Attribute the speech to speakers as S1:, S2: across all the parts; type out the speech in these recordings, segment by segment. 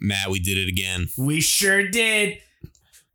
S1: Matt, we did it again.
S2: We sure did.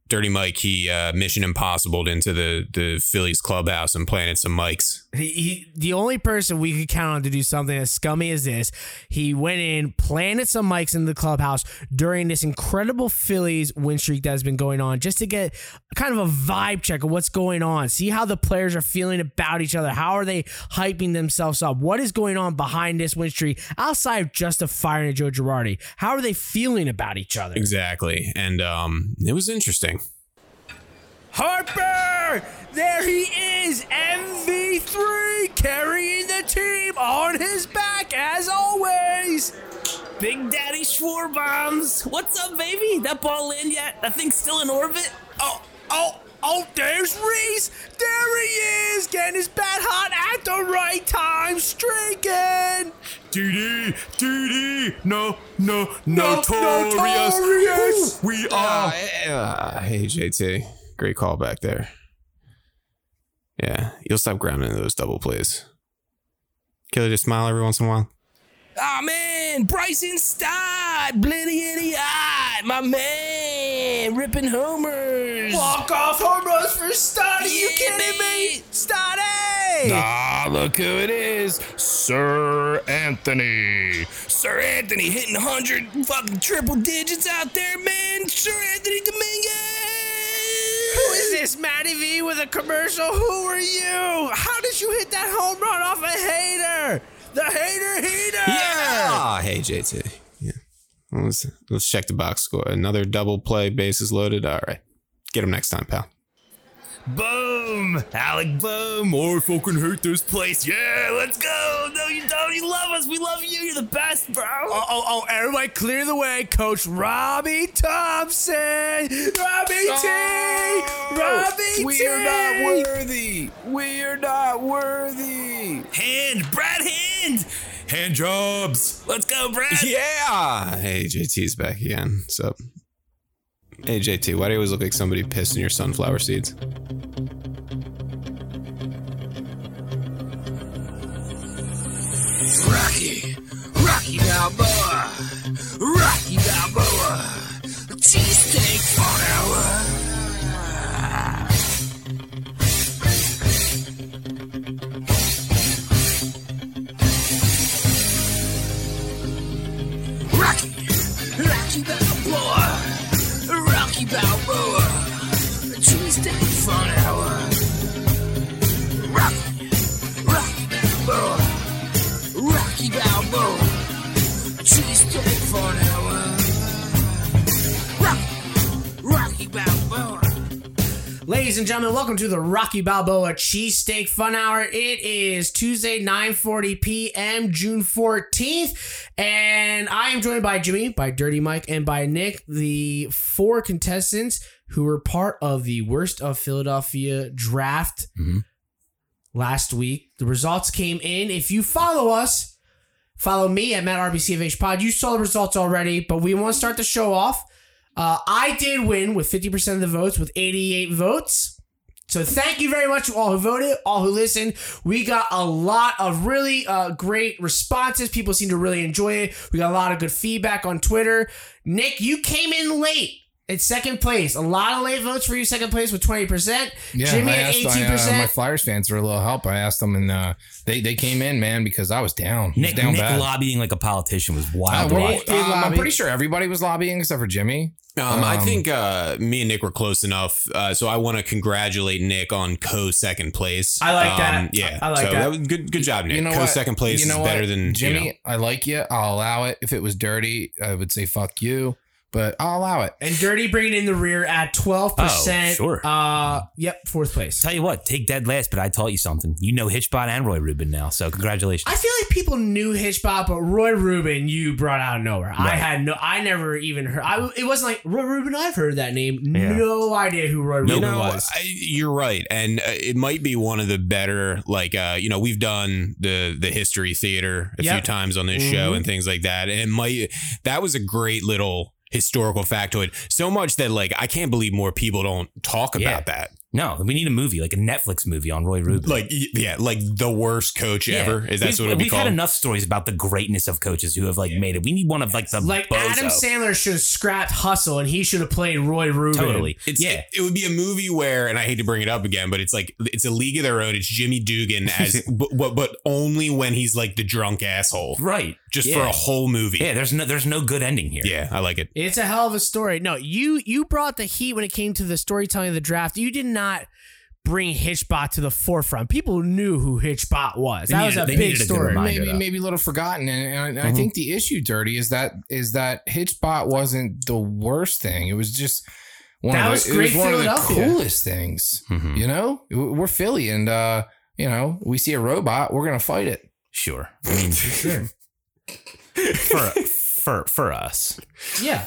S1: Dirty Mike, he uh, Mission Impossible into the the Phillies clubhouse and planted some mics.
S2: He, he, the only person we could count on to do something as scummy as this, he went in, planted some mics in the clubhouse during this incredible Phillies win streak that has been going on, just to get kind of a vibe check of what's going on. See how the players are feeling about each other. How are they hyping themselves up? What is going on behind this win streak outside of just a firing of Joe Girardi? How are they feeling about each other?
S1: Exactly, and um, it was interesting.
S2: Harper! There he is, MV3, carrying the team on his back as always.
S3: Big Daddy Schwar bombs. What's up, baby? That ball in yet? That thing's still in orbit?
S2: Oh, oh, oh, there's Reese. There he is, getting his bat hot at the right time, streaking.
S4: TD, TD, no, no, no notorious. notorious. We are.
S1: Uh, hey, JT. Great call back there. Yeah, you'll stop grounding into those double plays. Killer just smile every once in a while.
S3: Ah man, Bryson Stott, Blitty Idiot, my man, ripping homers.
S2: Walk off home runs for Stott. Are you kidding me? Stotty!
S4: Ah, look who it is, Sir Anthony.
S3: Sir Anthony hitting 100 fucking triple digits out there, man. Sir Anthony Dominguez.
S2: Who is this, Matty V with a commercial? Who are you? How did you hit that home run off a hater? The hater heater!
S1: Yeah. hey, JT. Yeah. Let's, let's check the box score. Another double play, bases loaded. All right. Get him next time, pal.
S4: Boom! Alec Boom! Or fucking hurt this place. Yeah, let's go!
S3: No, you don't. You love us. We love you. You're the best, bro.
S2: Oh, oh, oh, everybody clear the way. Coach Robbie Thompson! Robbie T! Robbie
S4: we
S2: T!
S4: are not worthy. We are not worthy.
S3: Hand, Brad Hand!
S4: Hand jobs.
S3: Let's go, Brad!
S1: Yeah. Hey, JT's back again. So, hey, JT, why do you always look like somebody pissed in your sunflower seeds?
S5: Rocky, Rocky Balboa, Rocky Balboa, cheesesteak for an hour. Rocky, Rocky Balboa, Rocky Balboa, cheesesteak for an hour. Rocky, Rocky Balboa. Rocky Balboa. Cheesecake for an hour. Rocky, Rocky Balboa.
S2: Ladies and gentlemen, welcome to the Rocky Balboa Cheesesteak Fun Hour. It is Tuesday, 9.40 p.m., June 14th, and I am joined by Jimmy, by Dirty Mike, and by Nick, the four contestants who were part of the Worst of Philadelphia draft
S1: Mhm.
S2: last week. The results came in. If you follow us, follow me at Matt RBCFH Pod. You saw the results already, but we want to start the show off. Uh, I did win with 50% of the votes, with 88 votes. So thank you very much to all who voted, all who listened. We got a lot of really uh, great responses. People seem to really enjoy it. We got a lot of good feedback on Twitter. Nick, you came in late. It's second place. A lot of late votes for you, second place with 20%.
S6: Yeah,
S2: Jimmy
S6: I
S2: at
S6: asked
S2: 18%.
S6: I, uh, my Flyers fans for a little help. I asked them, and uh, they they came in, man, because I was down. I was
S3: Nick,
S6: down
S3: Nick
S6: bad.
S3: lobbying like a politician was
S6: Uh,
S3: wild.
S6: well,
S2: Nick did
S6: um, I'm
S2: lobby.
S6: pretty sure everybody was lobbying except for Jimmy.
S1: Um, I
S6: Um,
S1: think uh, me and Nick were close enough, uh, so I want to congratulate Nick on co second place.
S2: I like
S1: um,
S2: that.
S1: Yeah,
S2: I like
S1: so
S2: that.
S1: was good, good job, Nick.
S6: You know
S1: co
S6: what?
S1: second place
S6: You know
S1: is
S6: what?
S1: better than
S6: Jimmy,
S1: You know.
S6: I like you. I'll allow it. If it was dirty, I would say fuck you, but I'll allow it.
S2: And Dirty bringing in the rear at 12%.
S3: Oh, sure.
S2: Uh, yep, fourth place.
S3: Tell you what, take dead last, but I taught you something. You know Hitchbot and Roy Rubin now, so congratulations.
S2: I feel like people knew Hitchbot, but Roy Rubin you brought out of nowhere. I
S3: Right.
S2: had no, I never even heard. I, it wasn't like Roy Rubin. I've heard that name.
S3: Yeah.
S2: No idea who Roy Rubin
S1: you know,
S2: was.
S1: I, you're right, and uh, it might be one of the better. Like, uh, you know, we've done the the history theater a few
S2: Yep.
S1: times on
S7: Mm-hmm.
S1: this show and things like that, and it might that was a great little historical factoid. So much that like I can't believe more people don't talk
S3: Yeah.
S1: about that.
S7: No, we need a movie, like a Netflix movie on Roy Rubin.
S1: Like y- yeah, like the worst coach
S7: Yeah.
S1: ever. Is
S7: We've-
S1: that what it'd be
S7: We've
S1: called?
S7: had enough stories about the greatness of coaches who have like made it. We need one of like the
S2: Like
S7: bozo.
S2: Adam Sandler should have scrapped Hustle and he should have played Roy Rubin.
S7: Totally.
S1: It's,
S7: yeah.
S1: it, it would be a movie where, and I hate to bring it up again, but it's like it's a league of their own. It's Jimmy Dugan as, but, but but only when he's like the drunk asshole,
S7: right.
S1: just
S7: yeah.
S1: for a whole movie.
S7: Yeah, there's no there's no good ending here.
S1: Yeah, I like it.
S2: It's a hell of a story. No, you you brought the heat when it came to the storytelling of the draft. You did not bring Hitchbot to the forefront. People knew who Hitchbot was.
S7: They
S2: that
S7: needed-
S2: was
S7: they
S2: a big
S7: needed a good
S2: story.
S7: reminder.
S6: maybe
S7: that.
S6: maybe a little forgotten, and, and
S1: Mm-hmm.
S6: I- I think the issue, dirty, is that is that Hitchbot wasn't the worst thing. It was just one
S2: That
S6: of
S2: was
S6: the,
S2: great
S6: it was one of the
S2: Philadelphia.
S6: coolest things.
S7: Mhm.
S6: You know, W- we're Philly, and uh, you know, we see a robot, we're gonna fight it.
S7: Sure. I mean, for for for us,
S2: Yeah.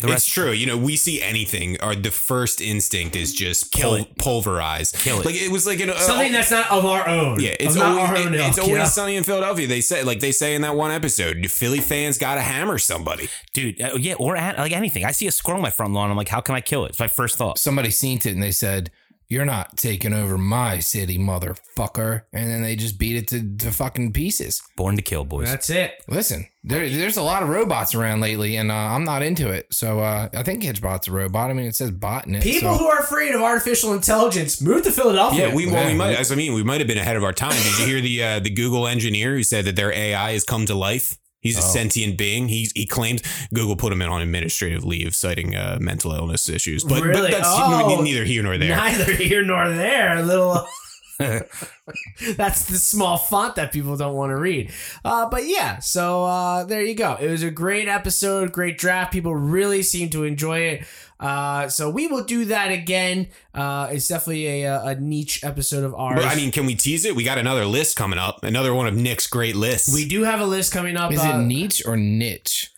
S7: the
S1: it's
S7: rest
S1: true. You know, we see anything, our the first instinct is just
S7: Kill
S1: pul-
S7: it.
S1: pulverize.
S7: Kill it.
S1: Like it was like an, uh,
S2: Something that's not of our own.
S1: yeah, it's
S2: Of not
S1: always,
S2: our
S1: it-
S2: own
S1: it's
S2: ilk,
S1: always
S2: yeah.
S1: sunny in Philadelphia. They say like they say in that one episode, Philly fans got to hammer somebody.
S7: dude. uh, yeah, or at, like anything. I see a squirrel on my front lawn. I'm like, how can I kill it? It's my first thought.
S6: Somebody seen it, and they said. You're not taking over my city, motherfucker. And then they just beat it to, to fucking pieces.
S7: Born to kill, boys.
S2: That's it.
S6: Listen, there, there's a lot of robots around lately, and uh, I'm not into it. So uh, I think Hitchbot's a robot. I mean, it says bot in it.
S2: People
S6: so-
S2: who are afraid of artificial intelligence move to
S7: Oh,
S2: Philadelphia.
S1: Yeah, we well, we
S6: Yeah.
S1: might. As I mean, we might have been ahead of our time. Did you hear the uh, the Google engineer who said that their AI has come to life? He's a
S7: Oh.
S1: sentient being. He he claims Google put him in on administrative leave, citing uh, mental illness issues. But, but
S2: Really?
S1: that's
S2: Oh.
S1: neither here nor there.
S2: Neither here nor there. A little. That's the small font that people don't want to read. Uh, but yeah, so uh, there you go. It was a great episode, great draft. People really seem to enjoy it. Uh, so we will do that again. Uh, it's definitely a, a niche episode of ours.
S1: But I mean, can we tease it? We got another list coming up. Another one of Nick's great lists.
S2: we do have a list coming up.
S6: Is
S2: uh,
S6: it niche or niche?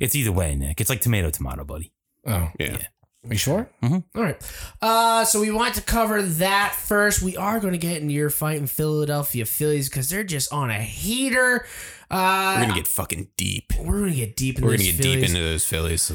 S7: it's either way, Nick. It's like tomato, tomato, buddy.
S6: Oh,
S1: Yeah.
S6: Are you sure?
S2: All right. Uh, so we want to cover that first. We are going to get into your fight in Philadelphia Phillies because they're just on a heater.
S1: We're
S2: Uh,
S1: gonna get fucking deep.
S2: we're going to get deep in
S1: We're
S2: those
S1: gonna get
S2: Phillies.
S1: deep into those Phillies.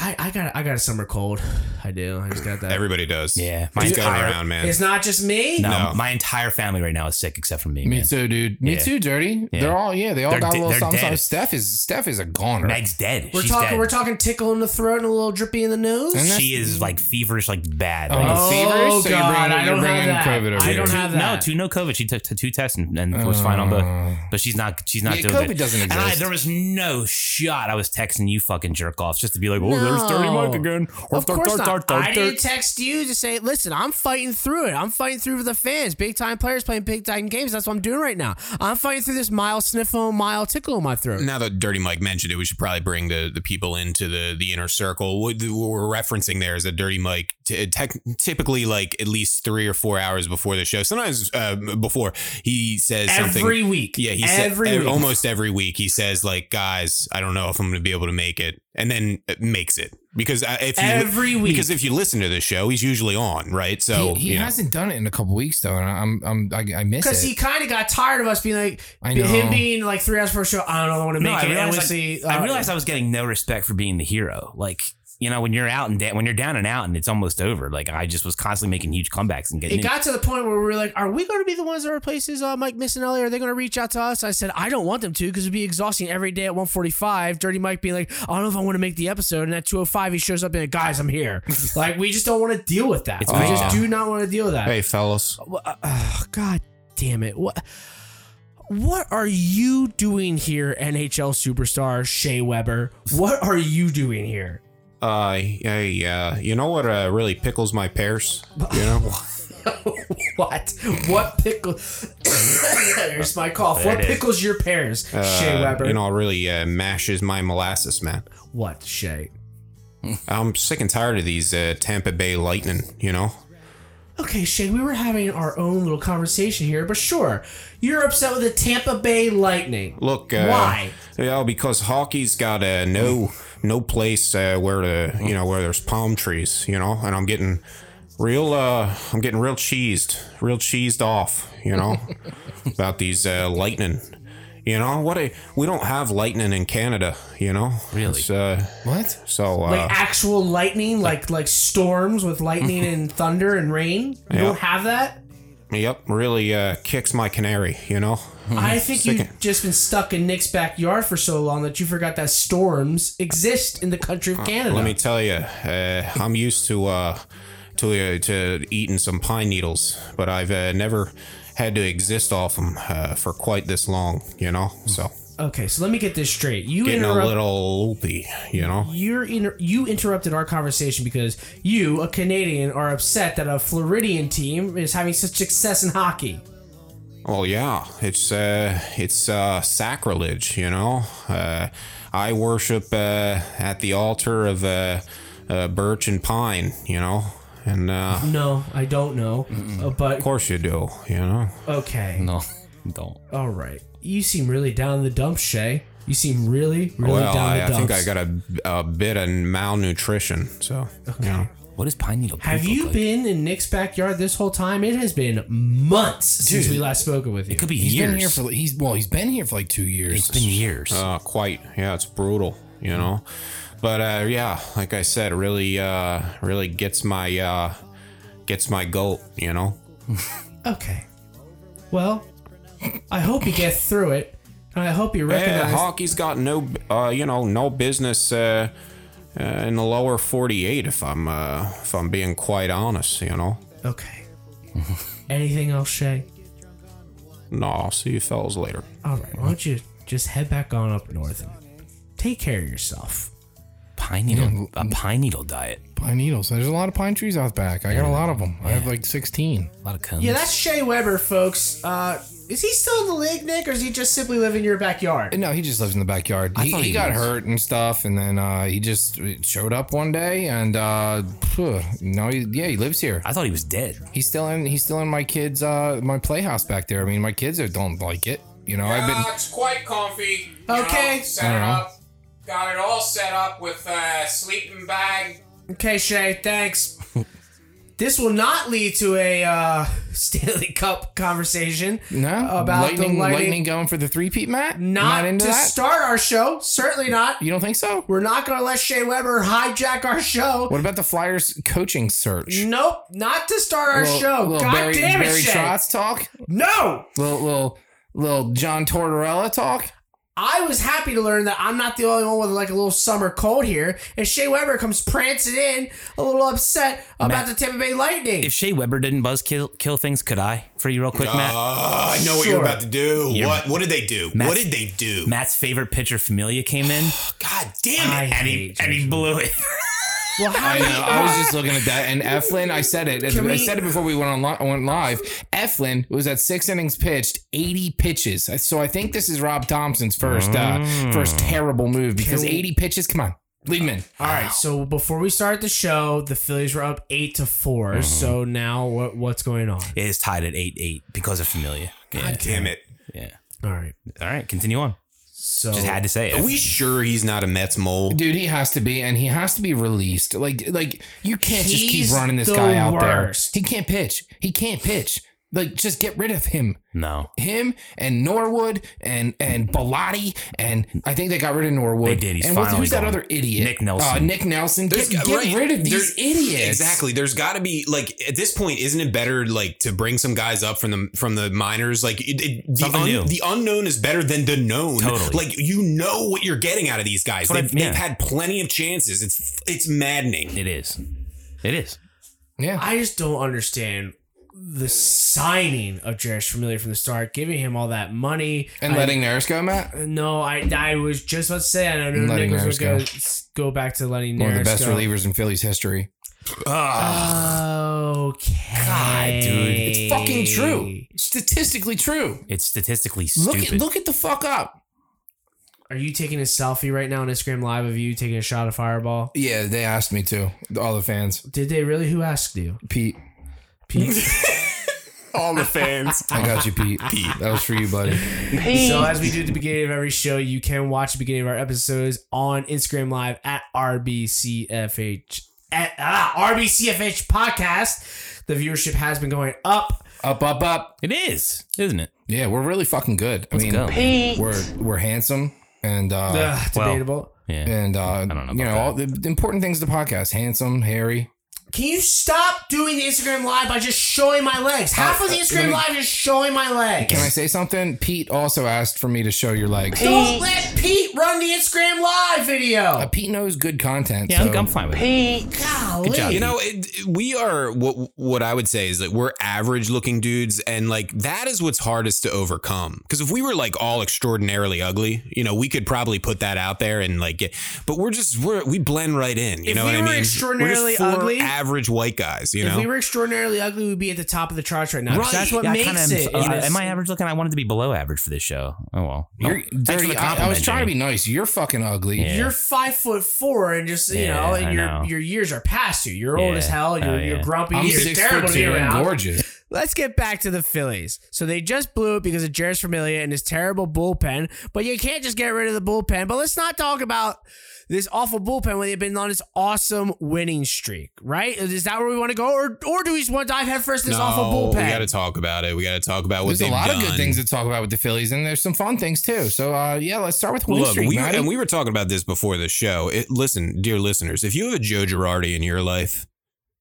S2: I, I got I got a summer cold. I do. I just got that.
S1: Everybody does.
S7: Yeah, my
S1: mine's going
S7: entire-
S1: around, man.
S2: it's not just me.
S7: No,
S1: No.
S7: my entire family right now is sick except for me.
S6: Me
S7: man.
S6: too, dude. Me
S7: Yeah.
S6: too, dirty.
S7: Yeah.
S6: They're all yeah. They all
S7: They're
S6: got
S7: de-
S6: a little
S7: they're
S6: something.
S7: dead.
S6: something. Steph is Steph is a goner.
S7: Meg's dead.
S2: We're
S7: She's
S2: talking.
S7: dead.
S2: We're talking tickle in the throat and a little drippy in the nose.
S6: And that's-
S7: She is like feverish, like bad.
S6: Oh,
S7: Like,
S6: it's feverish, so you're bringing-
S2: I
S6: you're
S2: don't
S6: bringing
S2: have that.
S6: COVID over
S2: I
S6: here.
S2: don't
S7: two-
S2: have that.
S7: No, two no COVID. She took t- two tests and, and was fine on both.
S6: Uh,
S7: But she's not. She's not
S6: Yeah,
S7: doing
S6: COVID
S7: good.
S6: doesn't
S7: And I,
S6: exist.
S7: there was no shot. I was texting you fucking jerk offs just to be like, oh, there's dirty
S2: No.
S7: Mike again.
S2: Of course not. I
S7: Dirty-
S2: didn't text you to say, listen, I'm fighting through it. I'm fighting through for the fans, big time players playing big time games. That's what I'm doing right now. I'm fighting through this mile sniffle, mile tickle in my throat.
S1: now that Dirty Mike mentioned it, we should probably bring the, the people into the, the inner circle. What, the- what we're referencing there is that Dirty Mike t- tec- typically like at least three or four hours before the show, sometimes uh, before he says something.
S2: Every week.
S1: Yeah, he said
S2: every
S1: ev-
S2: week.
S1: almost every week he says like, guys, I don't know if I'm going to be able to make it, and then uh, makes it because uh, if you
S2: Every week.
S1: because if you listen to the show, he's usually on, right? So
S6: he he
S1: you know.
S6: hasn't done it in a couple weeks though, and I'm I'm I, I miss it.
S2: because he kind of got tired of us being like
S6: I know.
S2: him being like three hours for a show. I don't know. I want to
S7: No,
S2: make
S7: I
S2: it.
S7: realized,
S2: I,
S7: like,
S2: see,
S7: I
S2: uh,
S7: realized I was getting no respect for being the hero. Like you know, when you're out and da- when you're down and out and it's almost over. Like I just was constantly making huge comebacks and getting.
S2: it got to the point where we were like, "Are we going to be the ones that replaces uh, Mike Missinelli? Are they going to reach out to us?" I said, "I don't want them to because it'd be exhausting every day at 1:45." Dirty Mike being like, "I don't know if I want to make the episode," and at 2:05 he shows up and like, "Guys, I'm here." like we just don't want to deal with that.
S7: It's
S2: we
S7: weird.
S2: just do not want to deal with that.
S1: hey fellas,
S2: Well, uh, uh, God damn it! What? What are you doing here, NHL superstar Shea Weber? What are you doing here?
S1: uh, hey, uh, you know what uh, really pickles my pears? You know.
S2: what? What pickle? There's my cough.
S7: There
S2: What
S7: it is.
S2: pickles your pears, Shea
S1: uh,
S2: Weber?
S1: You know, really uh, mashes my molasses, man.
S2: what, Shea?
S1: I'm sick and tired of these uh, Tampa Bay Lightning. You know,
S2: Okay, Shea, we were having our own little conversation here, but sure, you're upset with the Tampa Bay Lightning.
S1: look. Uh,
S2: Why?
S1: Yeah, because hockey's got uh, no no place uh, where the you know where there's palm trees. You know, and I'm getting real. Uh, I'm getting real cheesed, real cheesed off. You know, about these uh, Lightning. You know what? A, we don't have lightning in Canada. You know,
S7: Really?
S1: It's, uh,
S6: What?
S1: so uh,
S2: like actual lightning, like like storms with lightning and thunder and rain. You
S1: Yeah.
S2: don't have that.
S1: yep, really uh, kicks my canary. You know,
S2: I think
S1: Sickening.
S2: you've just been stuck in Nick's backyard for so long that you forgot that storms exist in the country of Canada.
S1: Uh, let me tell you, uh, I'm used to uh, to uh, to eating some pine needles, but I've uh, never had to exist off them uh, for quite this long. You know, so
S2: okay, so let me get this straight. You
S1: getting a
S2: interrupt.
S1: little loopy. You know,
S2: you're inter- you interrupted our conversation because you, a Canadian, are upset that a Floridian team is having such success in hockey.
S1: Well, yeah, it's uh, it's uh, sacrilege, you know. Uh, I worship uh, at the altar of uh, uh, birch and pine, you know, and uh, of
S2: No, I don't know, Uh, but
S1: course you do, you know.
S2: okay,
S7: No, don't.
S2: all right. You seem really down in the dumps, Shay. You seem really, really
S1: well,
S2: down
S1: I,
S2: in the
S1: I
S2: dumps.
S1: think I got a, a bit of malnutrition, so you know.
S7: What is pine needle?
S2: Have
S7: poop
S2: you
S7: look like?
S2: been in Nick's backyard this whole time? It has been months since we last spoken with you.
S7: It could be
S6: He's
S7: years.
S6: been here for he's well, he's been here for like two years.
S7: it's been years.
S1: Uh, quite, yeah, it's brutal, you know. But uh, yeah, like I said, really, uh, really gets my uh, gets my goat, you know.
S2: Okay. Well, I hope you get through it, and I hope you
S1: Yeah,
S2: recognize.
S1: Eh, hockey's got no, uh, you know, no business uh, uh, in the lower 48. If I'm, uh, if I'm being quite honest, you know.
S2: okay. Anything else, Shay?
S1: No, I'll see you fellas later.
S2: All right. Why don't you just head back on up north and take care of yourself?
S7: pine needle. A pine needle diet.
S6: Pine needles. There's a lot of pine trees out back. I got a lot of them. I have like 16.
S7: A lot of cones.
S2: Yeah, that's Shay Weber, folks. Uh, is he still in the league, Nick, or is he just simply living in your backyard?
S6: No, he just lives in the backyard.
S7: I
S6: He,
S7: thought
S6: he
S7: he
S6: got
S7: was.
S6: hurt and stuff, and then uh, he just showed up one day, and uh, phew, no, he, yeah, he lives here.
S7: I thought he was dead.
S6: He's still in. He's still in my kids' uh, my playhouse back there. I mean, my kids don't like it. You know, I've been.
S1: it's quite comfy.
S2: Okay.
S1: set
S6: it up.
S1: Got it all set up with a sleeping bag.
S2: Okay, Shay. Thanks. this will not lead to a uh, Stanley Cup conversation.
S6: No,
S2: about
S6: lightning,
S2: the lighting.
S6: lightning going for the three peat, Matt.
S2: Not,
S6: into
S2: to
S6: that.
S2: start our show. Certainly not.
S6: you don't think so?
S2: We're not going to let Shea Weber hijack our show.
S6: What about the Flyers coaching search?
S2: Nope, not to start our
S6: Little-
S2: show.
S6: little
S2: God
S6: Barry,
S2: damn it,
S6: Barry
S2: Shay.
S6: Trotz talk.
S2: No!
S6: Little little little John Tortorella talk.
S2: I was happy to learn that I'm not the only one with like a little summer cold here. And Shea Weber comes prancing in, a little upset about the Tampa Bay Lightning.
S7: If Shea Weber didn't buzz kill, kill things, could I for you real quick, Matt?
S1: Uh, I know what you're
S2: Sure.
S1: about to do.
S7: You're-
S1: What? What did they do?
S7: Matt-
S1: what did they do?
S7: Matt's favorite pitcher, Familia, came in
S1: God damn it!
S2: I
S7: and he
S2: hate
S7: and he
S2: you.
S7: blew it.
S2: Well, how
S6: I
S2: do
S6: know.
S2: you-
S6: I was just looking at that, and Eflin. I said it.
S2: Can
S6: I
S2: we-
S6: said it before we went on li- went live. Eflin was at six innings pitched, eighty pitches. So I think this is Rob Thompson's first
S2: Mm.
S6: uh, first terrible move because
S2: Can we-
S6: eighty pitches. Come on, lead him in.
S2: All right, so before we start the show, the Phillies were up 8 to 4. So now what what's going on?
S7: It is tied at eight eight because of Familia. Yeah,
S1: Damn it!
S7: yeah.
S2: All right.
S7: All right, continue on.
S2: So
S7: Just had to say it.
S1: Are we sure he's not a Mets mole?
S6: Dude, he has to be, and he has to be released. Like, like you can't just
S2: He's
S6: keep running this
S2: the
S6: guy out
S2: worst.
S6: there. He can't pitch. He can't pitch. Like, just get rid of him.
S7: no,
S6: Him and Norwood and and Bellotti and I think they got rid of Norwood.
S7: They did. He's
S6: and what's-
S7: finally
S6: who's that
S7: gone.
S6: other idiot?
S7: Nick Nelson.
S6: Uh, Nick Nelson.
S1: There's
S6: Get,
S1: got-
S6: get
S1: right.
S6: rid of these
S1: There-
S6: idiots.
S1: Exactly. There's got to be like at this point, isn't it better like to bring some guys up from the from the minors? Like it, it- the
S7: Something new.
S1: un, the unknown is better than the known.
S7: Totally.
S1: Like you know what you're getting out of these guys.
S7: That's what I-
S1: They've,
S7: yeah.
S1: they've had plenty of chances. It's it's maddening.
S7: it is. It is.
S6: Yeah.
S2: I just don't understand the signing of Jarius Familiar from the start, giving him all that money
S6: and
S2: I-
S6: letting Naris go, Matt.
S2: No, I I was just about to say I know
S6: Letting
S2: Nick was
S6: Naris
S2: going
S6: go.
S2: to go back to Lenny Naris.
S6: One of the best
S2: go.
S6: relievers in Phillies history.
S2: Okay,
S6: God, dude, it's fucking true. Statistically true.
S7: It's statistically
S6: Look
S7: stupid.
S6: at look at the fuck up.
S2: Are you taking a selfie right now on Instagram Live of you taking a shot of Fireball?
S6: Yeah, they asked me to. All the fans.
S2: Did they really? Who asked you?
S6: Pete.
S2: Pete.
S1: All the fans.
S6: I got you, Pete. Pete. That was for you, buddy.
S2: so as we do at the beginning of every show, you can watch the beginning of our episodes on Instagram Live at RBCFH at ah, RBCFH podcast. The viewership has been going up.
S6: Up, up, up.
S7: it is, isn't it?
S6: Yeah, we're really fucking good. I mean,
S7: go.
S6: we're we're handsome and uh
S2: Ugh,
S7: well.
S2: debatable.
S7: Yeah.
S6: and uh I
S7: know
S6: you
S7: about
S6: know all the the important things to the podcast. Handsome, hairy.
S2: Can you stop doing the Instagram live by just showing my legs? Half of the
S6: uh,
S2: Instagram
S6: let me-
S2: live is showing my legs.
S6: Can I say something? Pete also asked for me to show your legs. Pete,
S2: Don't let Pete run the Instagram live
S6: uh,
S2: video.
S6: Pete knows good content.
S7: Yeah, I'm,
S6: so-
S7: I'm fine with it.
S2: Golly.
S1: You know, it, we are what what I would say is that we're average looking dudes, and like that is what's hardest to overcome. Because if we were like all extraordinarily ugly, you know, we could probably put that out there and like get. But we're just we're we blend right in. You
S2: If
S1: know
S2: we
S1: what I
S2: were
S1: mean?
S2: extraordinarily
S1: four
S2: ugly-
S1: average white guys. You
S2: if
S1: know,
S2: we were extraordinarily ugly, we'd be at the top of the charts right now. 'Cause That's what
S7: Yeah, I
S2: makes
S7: kinda am-
S2: it.
S7: uh,
S2: in this-
S7: am I average looking? I wanted to be below average for this show. Oh well.
S6: You're
S7: Oh, thanks for
S6: dirty.
S7: the
S6: I, I was
S7: compliment,
S6: trying to
S7: Jimmy.
S6: be nice. You're fucking ugly.
S7: Yeah.
S2: You're five foot four, and just you
S7: Yeah,
S2: know,
S7: I
S2: and your
S7: know.
S2: your years are past you. You're old
S7: Yeah.
S2: as hell. You're,
S7: Oh,
S2: you're
S7: yeah.
S2: grumpy.
S6: I'm
S2: you're
S6: six
S2: terrible
S6: foot
S2: to be
S6: two and
S2: around.
S6: gorgeous.
S2: Let's get back to the Phillies. So they just blew it because of Jairus Familia and his terrible bullpen. But you can't just get rid of the bullpen. But let's not talk about this awful bullpen when they've been on this awesome winning streak, right? Is that where we want to go, or or do we just want to dive headfirst in this awful
S1: We got to
S2: bullpen?
S1: talk about it. We got to talk about what
S6: There's a
S1: they've
S6: lot
S1: done.
S6: of good things to talk about with the Phillies, and there's some fun things too. So uh, yeah, let's start with win
S1: Look,
S6: streak.
S1: we,
S6: Matty.
S1: and we were talking about this before the show. It, listen, dear listeners, if you have a Joe Girardi in your life,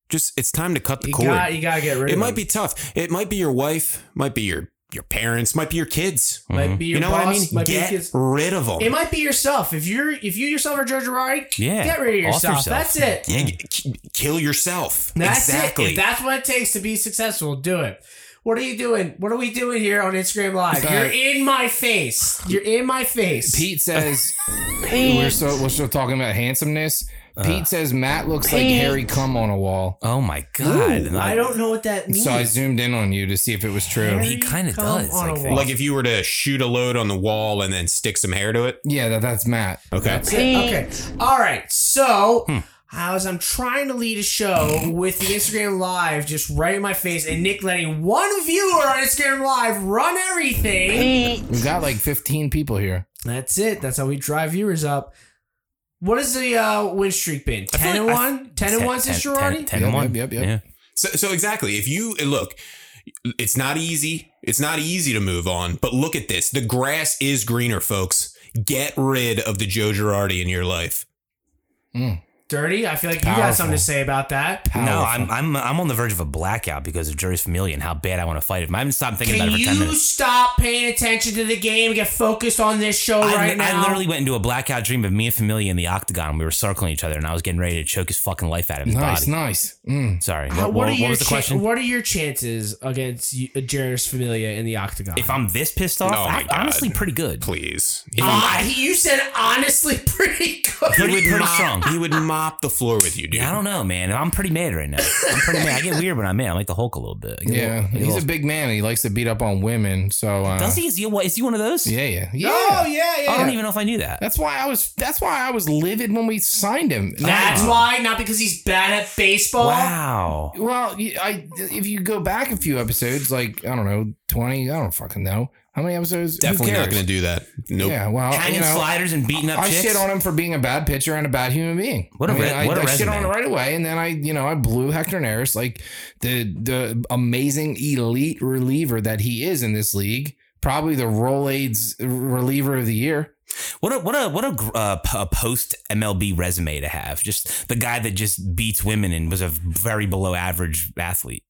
S1: just it's time to cut the
S2: You
S1: cord.
S2: got you got to get rid of
S1: It
S2: him.
S1: might be tough. It might be your wife, might be your your parents, might be your kids.
S2: might be your
S1: you know
S2: boss,
S1: what I mean?
S2: might be your
S1: Get
S2: kids.
S1: rid of them.
S2: It might be yourself. If you're if you yourself are Joe Girardi,
S7: Yeah,
S2: get rid of
S7: off
S2: yourself.
S7: yourself.
S2: That's it.
S1: Yeah, g- k- kill yourself.
S2: That's
S1: exactly.
S2: it. If that's what it takes to be successful, do it. What are you doing? What are we doing here on Instagram Live?
S6: Uh,
S2: You're in my face. You're in my face.
S6: Pete says we're so we're still talking about handsomeness. Pete says Matt looks like Harry cum on a wall.
S7: Oh my god.
S2: Ooh,
S7: And
S2: I don't know what that means.
S6: So I zoomed in on you to see if it was true.
S7: He kinda
S2: Come
S7: does,
S2: on
S7: I
S2: a
S7: think.
S2: walk.
S1: like if you were to shoot a load on the wall and then stick some hair to it.
S6: Yeah, that, that's Matt.
S1: Okay.
S2: Okay. All right. So, as I'm trying to lead a show with the Instagram Live just right in my face, and Nick letting one viewer on Instagram Live run everything.
S6: We've got like 15 people here.
S2: That's it. That's how we drive viewers up. What has the uh, win streak been? Ten and one. Ten and one since Girardi.
S7: 10 and
S6: Yep,
S7: 1.
S6: yep, yep, yep.
S7: Yeah.
S1: So, so exactly. If you look, it's not easy. It's not easy to move on. But look at this. The grass is greener, folks. Get rid of the Joe Girardi in your life.
S2: Dirty. I feel like you got
S6: Powerful.
S2: something to say about that.
S7: No, I'm I'm I'm on the verge of a blackout because of Jury's Familia and how bad I want to fight him. I haven't stopped thinking
S2: Can
S7: about it for 10
S2: you
S7: minutes.
S2: stop paying attention to the game? and Get focused on this show
S7: I,
S2: right
S7: I
S2: now.
S7: literally went into a blackout dream of me and Familia in the octagon. and We were circling each other, and I was getting ready to choke his fucking life out of his
S6: Nice,
S7: body.
S6: nice. Mm.
S7: Sorry.
S2: How-
S7: What,
S2: what,
S7: what-
S2: are
S7: what
S2: your
S7: was the
S2: cha-
S7: question?
S2: What are your chances against you- uh, Jairus Familia in the octagon?
S7: if I'm this pissed off,
S1: Oh my
S7: I-
S1: God.
S7: honestly, pretty good.
S1: Please.
S2: Ah, he- you said honestly pretty good.
S7: Pretty, pretty strong.
S1: He would mop the floor with you, dude.
S7: Yeah, I don't know, man. I'm pretty mad right now. I'm pretty mad. I get weird when I'm mad. I'm like the Hulk a little bit. I get a
S6: Yeah,
S7: little- I get
S6: he's a
S7: little-
S6: big man. and He likes to beat up on women. So uh,
S7: Does he? Is he, what, is he one of those?
S6: Yeah, yeah, yeah.
S2: Oh yeah, yeah.
S7: I don't even know if I knew that.
S6: That's why I was. That's why I was livid when we signed him.
S2: That's why, not because he's bad at baseball.
S7: Wow.
S6: Well, you- I if you go back a few episodes, like I don't know, twenty. I don't fucking know how many episodes.
S1: Definitely not going to do that. Nope.
S6: Yeah, well,
S7: Hanging
S6: Uh, you know,
S7: sliders and beating up
S6: I
S7: chicks.
S6: shit on him for being a bad pitcher and a bad human being.
S7: What a
S6: I mean,
S7: re-
S6: I-
S7: what a
S6: I shit on
S7: resume.
S6: him right away, and then I, you know, I blew Hector Neris, like the the amazing elite reliever that he is in this league. Probably the roll aids reliever of the year.
S7: What a what a what a, gr- uh, p- a post MLB resume to have. Just the guy that just beats women and was a very below average athlete.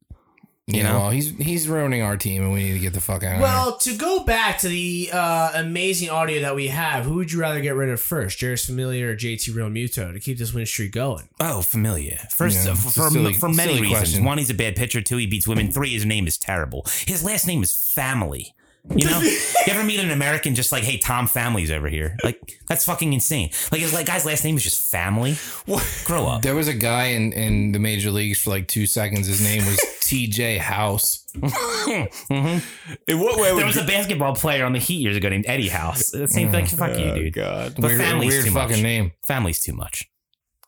S6: You
S7: You
S6: know,
S7: know?
S6: well, he's he's ruining our team, and we need to get the fuck out. of
S2: Well, to go back to the uh, amazing audio that we have, who would you rather get rid of first, Jairus Familia or JT Real Muto, to keep this win streak going?
S7: Oh, familiar. First,
S6: Yeah,
S7: uh,
S6: it's a
S7: for,
S6: silly-
S7: for many
S6: silly
S7: reasons.
S6: question.
S7: One, he's a bad pitcher. Two, he beats women. Three, his name is terrible. His last name is Family. You know, you ever meet an American just like, hey, Tom Family's over here? Like, that's fucking insane. Like, it's like, guy's last name is just Family. What? Grow up.
S6: There was a guy in, in the major leagues for like two seconds. His name was TJ House. Mm-hmm.
S1: In what way would
S7: There was a basketball player on the Heat years ago named Eddie House. It seems like,
S6: Mm.
S7: fuck you, dude.
S1: Oh, God.
S7: But
S6: Weird,
S7: family's
S6: weird
S7: too
S6: fucking
S7: much.
S6: name.
S7: Family's too much.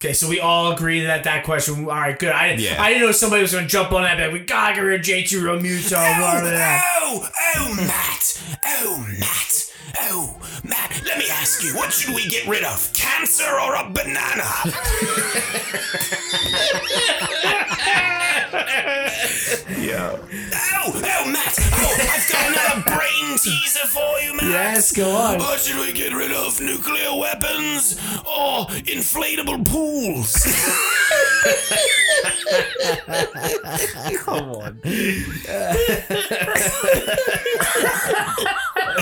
S2: Okay, so we all agree that that question. All right, good. I,
S1: Yeah.
S2: I didn't know somebody was going to jump on that. But we gotta get rid of JT Real Muto. blah, blah, blah.
S1: Oh, oh, Matt. Oh, Matt. Oh, Matt, let me ask you, what should we get rid of? Cancer or a banana? yeah. Oh, oh, Matt. Oh, I've got another brain
S3: teaser for you, man.
S2: Yes, go on.
S3: Or should we get rid of nuclear weapons or inflatable pools?
S2: Come on.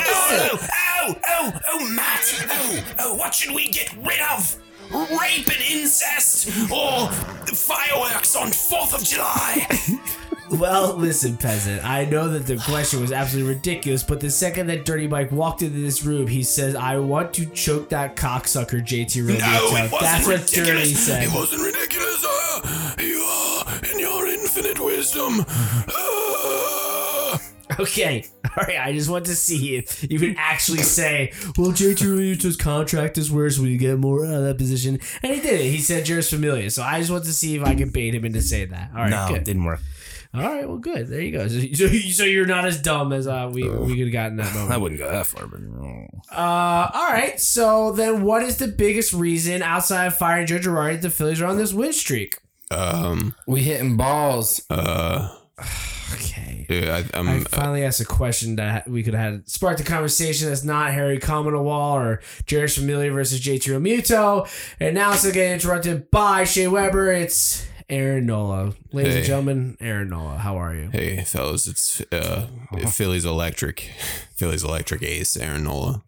S3: oh, oh, oh, oh, Matt. Oh, oh, what should we get rid of? Rape and incest or fireworks on 4th of July?
S2: Well, listen, peasant. I know that the question was absolutely ridiculous, but the second that Dirty Mike walked into this room, he says, "I want to choke that cocksucker, JT Rodeo."
S3: No, it wasn't
S2: That's what Dirty
S3: ridiculous.
S2: said.
S3: It wasn't ridiculous. Uh, you are in your infinite wisdom. Uh,
S2: Okay, all right. I just want to see if you can actually say, "Well, JT Realtor's contract is worse. We get more out of that position?" And he did it. He said, "Juris familia." So I just want to see if I can bait him into saying that. All right,
S7: no,
S2: good.
S7: it didn't work.
S2: All right, well, good. There you go. So, so, so you're not as dumb as uh, we we could have gotten that moment.
S7: I wouldn't go that far, but
S2: Uh, all right. So then, what is the biggest reason outside of firing Joe Girardi that the Phillies are on this win streak?
S1: Um,
S6: We hitting balls.
S1: uh,
S2: Okay.
S1: dude, I, I'm,
S2: I finally asked a question that we could have had sparked a conversation that's not Harry Commodore or Jairus Familia versus JT Romuto. And now it's getting interrupted by Shea Weber. It's Aaron Nola. Ladies and
S1: Hey.
S2: gentlemen, Aaron Nola, how are you?
S1: hey, fellas, it's uh, Philly's electric, Philly's electric ace, Aaron Nola.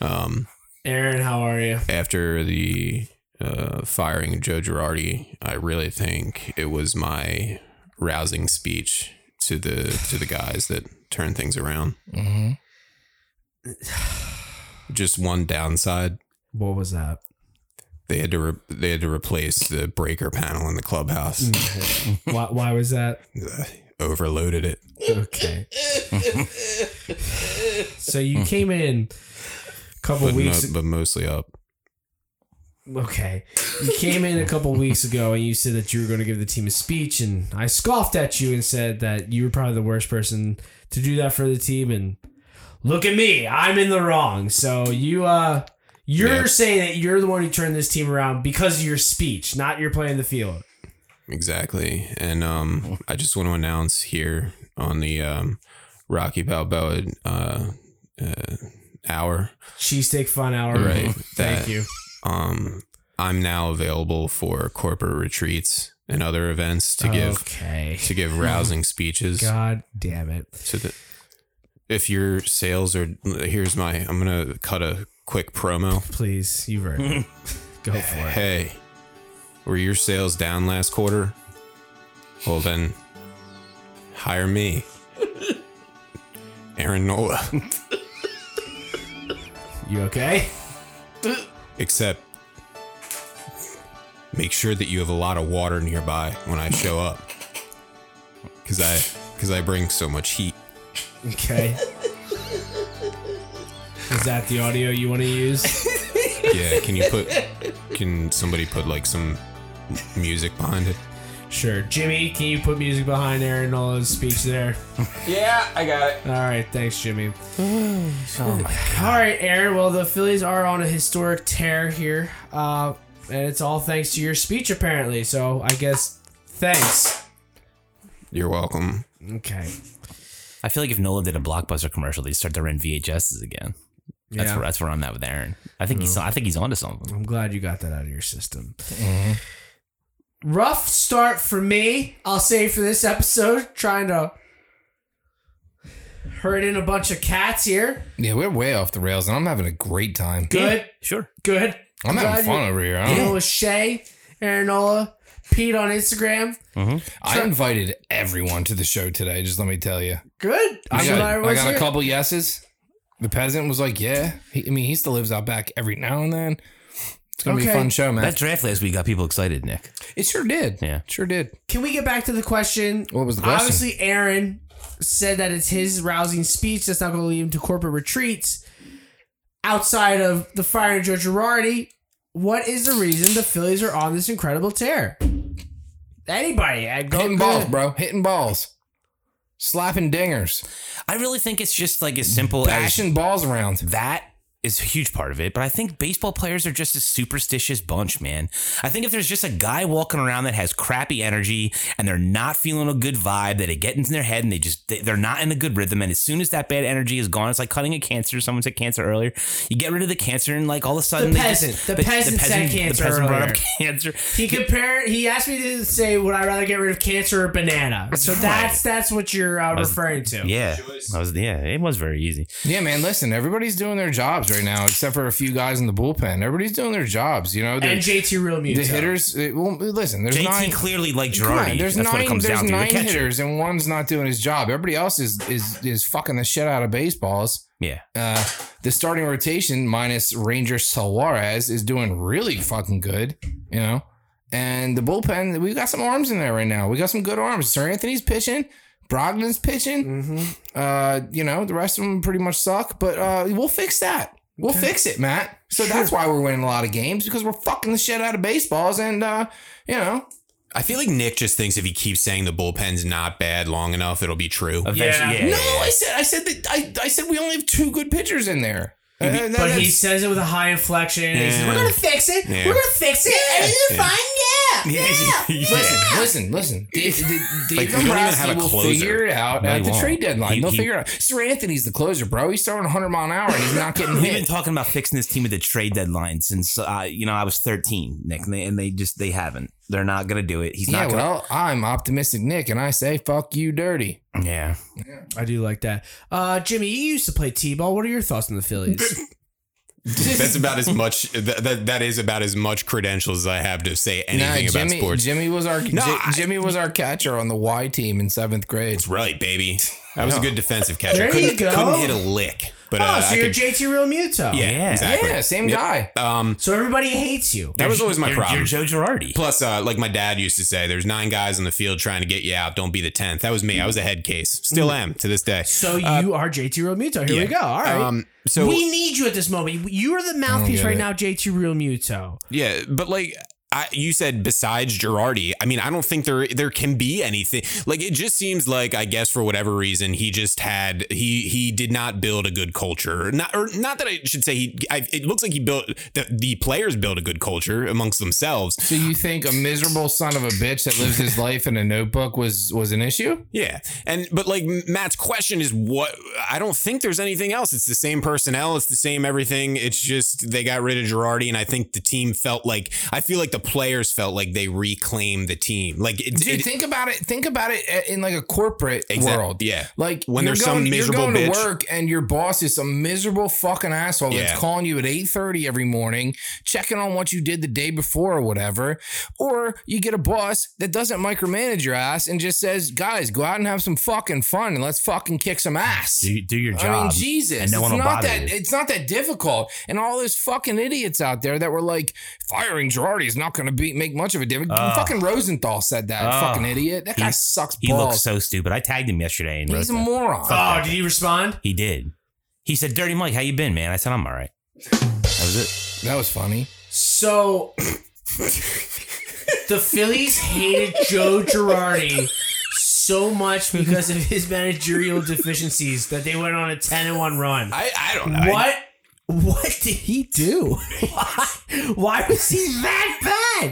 S1: Um,
S2: Aaron, how are you?
S1: after the uh, firing of Joe Girardi, I really think it was my rousing speech to the to the guys that turned things around.
S6: hmm
S1: Just one downside:
S2: What was that?
S1: they had to re- they had to replace the breaker panel in the clubhouse.
S2: why, why was that?
S1: Ugh, Overloaded it.
S2: Okay. so you came in a couple
S1: But, no,
S2: weeks
S1: but mostly up.
S2: Okay. You came in a couple weeks ago and you said that you were going to give the team a speech, and I scoffed at you and said that you were probably the worst person to do that for the team. And look at me, I'm in the wrong. So you, uh, you're
S1: Yeah.
S2: saying that you're the one who turned this team around because of your speech, not your play in the field.
S1: Exactly. And um, I just want to announce here on the um, Rocky Balboa uh, uh, hour.
S2: Cheesesteak fun hour.
S1: Right.
S2: Thank
S1: That-
S2: you.
S1: Um, I'm now available for corporate retreats and other events to give
S2: Oh, Okay.
S1: to give rousing speeches
S2: God damn it.
S1: to the. If your sales are here's my I'm gonna cut a quick promo.
S2: Please, you've earned it. Go for it.
S1: Hey, were your sales down last quarter? Well then, hire me, Aaron Nola.
S2: You okay?
S1: Except, make sure that you have a lot of water nearby when I show up, because I because I bring so much heat.
S2: Okay. Is that the audio you want to use?
S1: Yeah, can you put? Can somebody put like some music behind it?
S2: Sure. Jimmy, can you put music behind Aaron Nola's speech there?
S8: Yeah, I got it.
S2: All right, thanks, Jimmy. All right, Aaron. Well, the Phillies are on a historic tear here, uh, and it's all thanks to your speech, apparently. So I guess thanks.
S1: You're welcome.
S2: Okay.
S7: I feel like if Nola did a blockbuster commercial, they'd start to run VHSs again. That's where that's where I'm at with Aaron. I think he's I think he's onto something.
S2: I'm glad you got that out of your system.
S6: Eh.
S2: Rough start for me, I'll say for this episode, trying to herd in a bunch of cats here.
S6: Yeah, we're way off the rails, and I'm having a great time.
S2: Good,
S7: Sure.
S2: good.
S6: I'm
S2: Glad
S6: having fun
S2: you-
S6: over here. I,
S2: You
S6: don't-
S2: know, with Shay, Aaronola, Pete on Instagram.
S6: I invited everyone to the show today. Just let me tell you.
S2: Good.
S6: I
S2: I'm
S6: got,
S2: glad
S6: I
S2: everyone's
S6: got
S2: here.
S6: a couple yeses. The peasant was like, "Yeah." He, I mean, he still lives out back every now and then. It's gonna be a
S2: Okay.
S6: fun show, man.
S7: That draft last week got people excited, Nick.
S6: it sure did.
S7: Yeah.
S6: sure did.
S2: Can we get back to the question?
S6: What was the question?
S2: Obviously, Aaron said that it's his rousing speech that's not going to lead him to corporate retreats. Outside of the fire of Joe Girardi, what is the reason the Phillies are on this incredible tear? Anybody? I go
S6: Hitting
S2: go-
S6: balls, bro. Hitting balls. Slapping dingers.
S7: I really think it's just like as simple as
S6: Bashing balls around.
S7: that is a huge part of it, but I think baseball players are just a superstitious bunch, man. I think if there's just a guy walking around that has crappy energy and they're not feeling a good vibe, that it gets into their head and they just they- they're not in a good rhythm, and as soon as that bad energy is gone, it's like cutting a cancer. Someone said cancer earlier. You get rid of the cancer, and like all of a sudden, they just-
S2: peasant. The peasant said cancer
S7: brought up
S2: earlier.
S7: cancer.
S2: He compared. He asked me to say, "Would I rather get rid of cancer or banana?" So that's that's what you're uh, referring to.
S7: Yeah, that was yeah. It was very easy.
S6: Yeah, man. Listen, everybody's doing their jobs right now, except for a few guys in the bullpen. Everybody's doing their jobs. You know,
S2: And
S6: the,
S2: JT Real
S6: the
S2: Muto.
S6: hitters. it- well, listen, there's
S7: JT
S6: nine.
S7: clearly like
S6: Come on,
S7: Girardi.
S6: there's
S7: That's what
S6: nine.
S7: it comes
S6: there's
S7: down to. The
S6: nine
S7: catcher.
S6: hitters, and one's not doing his job. Everybody else is is is fucking the shit out of baseballs.
S7: Yeah.
S6: Uh, the starting rotation minus Ranger Suarez is doing really fucking good, you know. And the bullpen, we got some arms in there right now. We got some good arms. Sir Anthony's pitching, Brogdon's pitching.
S7: Mm-hmm.
S6: Uh, you know, the rest of them pretty much suck, but uh, we'll fix that. We'll fix it, Matt. So that's why we're winning a lot of games because we're fucking the shit out of baseballs, and uh, you know,
S1: I feel like Nick just thinks if he keeps saying the bullpen's not bad long enough, it'll be true.
S7: Eventually-
S2: Yeah.
S7: yeah.
S6: No, I said I said that I, I said we only have two good pitchers in there. Uh, that-
S2: But he
S6: that's-
S2: says it with a high inflection. and he says,
S1: Yeah.
S2: We're gonna fix it.
S1: Yeah.
S2: We're gonna fix it. And it's
S1: Yeah.
S2: fine. Yeah.
S6: listen, listen, listen. Dave, Dave, Dave
S1: Like, we don't even
S6: Dombrowski
S1: have a
S6: will
S1: closer.
S6: figure it out
S7: No,
S6: at
S7: he
S6: the
S7: won't.
S6: trade deadline.
S7: He-
S6: They'll
S7: he-
S6: figure it out. Sir Anthony's the closer, bro. He's throwing 100 mile an hour and he's not getting
S7: We've been
S6: hit.
S7: talking about fixing this team at the trade deadline since uh, you know I was 13, Nick, and they, and they just they haven't. They're not gonna do it. He's
S6: Yeah,
S7: not gonna.
S6: well, I'm optimistic, Nick, and I say fuck you, dirty.
S7: yeah,
S2: I do like that. Uh, Jimmy, you used to play T-ball. What are your thoughts on the
S1: Uh,
S2: Phillies?
S1: That's about as much. That, that, that is about as much credentials as I have to say anything
S6: Nah,
S1: about
S6: Jimmy,
S1: sports.
S6: Jimmy was our
S1: No,
S6: Ji-
S1: I-
S6: Jimmy was our catcher on the Y team in seventh grade.
S1: That's right, baby. I was a good defensive catcher.
S2: There you
S1: couldn't,
S2: go.
S1: couldn't hit a lick, but
S2: oh,
S1: uh,
S2: so
S1: I
S2: you're
S1: could.
S2: JT Real Muto.
S1: yeah,
S7: Yeah.
S1: exactly.
S6: Yeah, same
S1: Yep.
S6: guy.
S1: Um,
S2: So everybody hates you.
S1: that was always my
S7: you're,
S1: problem.
S7: You're Joe Girardi.
S1: Plus, uh, like my dad used to say, there's nine guys on the field trying to get you out. Don't be the tenth. That was me. I was a head case. Still am to this day.
S2: So you are JT Real Muto.
S1: Uh,
S2: Here
S1: yeah.
S2: we go. All right.
S1: Um, so
S2: we need you at this moment. You are the mouthpiece
S6: get
S2: right
S6: it.
S2: now, JT Real Muto.
S1: yeah, but like. I, you said besides Girardi, I mean, I don't think there there can be anything. Like it just seems like, I guess for whatever reason, he just had he he did not build a good culture. Not or not that I should say he. I, it looks like he built the, the players built a good culture amongst themselves.
S6: So you think a miserable son of a bitch that lives his life in a notebook was was an issue?
S1: Yeah. And but like Matt's question is what I don't think there's anything else. It's the same personnel, it's the same everything. It's just they got rid of Girardi and I think the team felt like I feel like the players felt like they reclaimed the team. Like it,
S6: Dude,
S1: it-
S6: think about it. Think about it a- in like a corporate
S1: Exact-
S6: world.
S1: yeah.
S6: Like
S1: When
S6: you're
S1: there's some
S6: going-
S1: miserable
S6: you're going
S1: bitch.
S6: to work and your boss is some miserable fucking asshole
S1: Yeah.
S6: that's calling you at 8:30 every morning, checking on what you did the day before or whatever. Or you get a boss that doesn't micromanage your ass and just says, "Guys, go out and have some fucking fun and let's fucking kick some ass."
S7: do, do your job.
S6: I mean, Jesus,
S7: and no one
S6: it's
S7: will
S6: not
S7: bother
S6: that
S7: you.
S6: it's not that difficult. And all those fucking idiots out there that were like, firing Girardi is not going to be make much of a difference.
S7: Ugh.
S6: fucking Rosenthal said that.
S7: Ugh.
S6: fucking idiot. That guy
S7: He-
S6: sucks
S7: he
S6: balls.
S7: looks so stupid. I tagged him yesterday and
S6: He's
S7: wrote
S6: a
S7: that.
S6: moron.
S2: Oh, did he respond?
S7: he did. He said, "Dirty Mike, how you been, man?" I said, "I'm all right." That was it.
S6: That was funny.
S2: So the Phillies hated Joe Girardi so much because of his managerial deficiencies that they went on a 10 and 1 run.
S1: I, I don't know.
S2: What? What did he do? Why, why was he that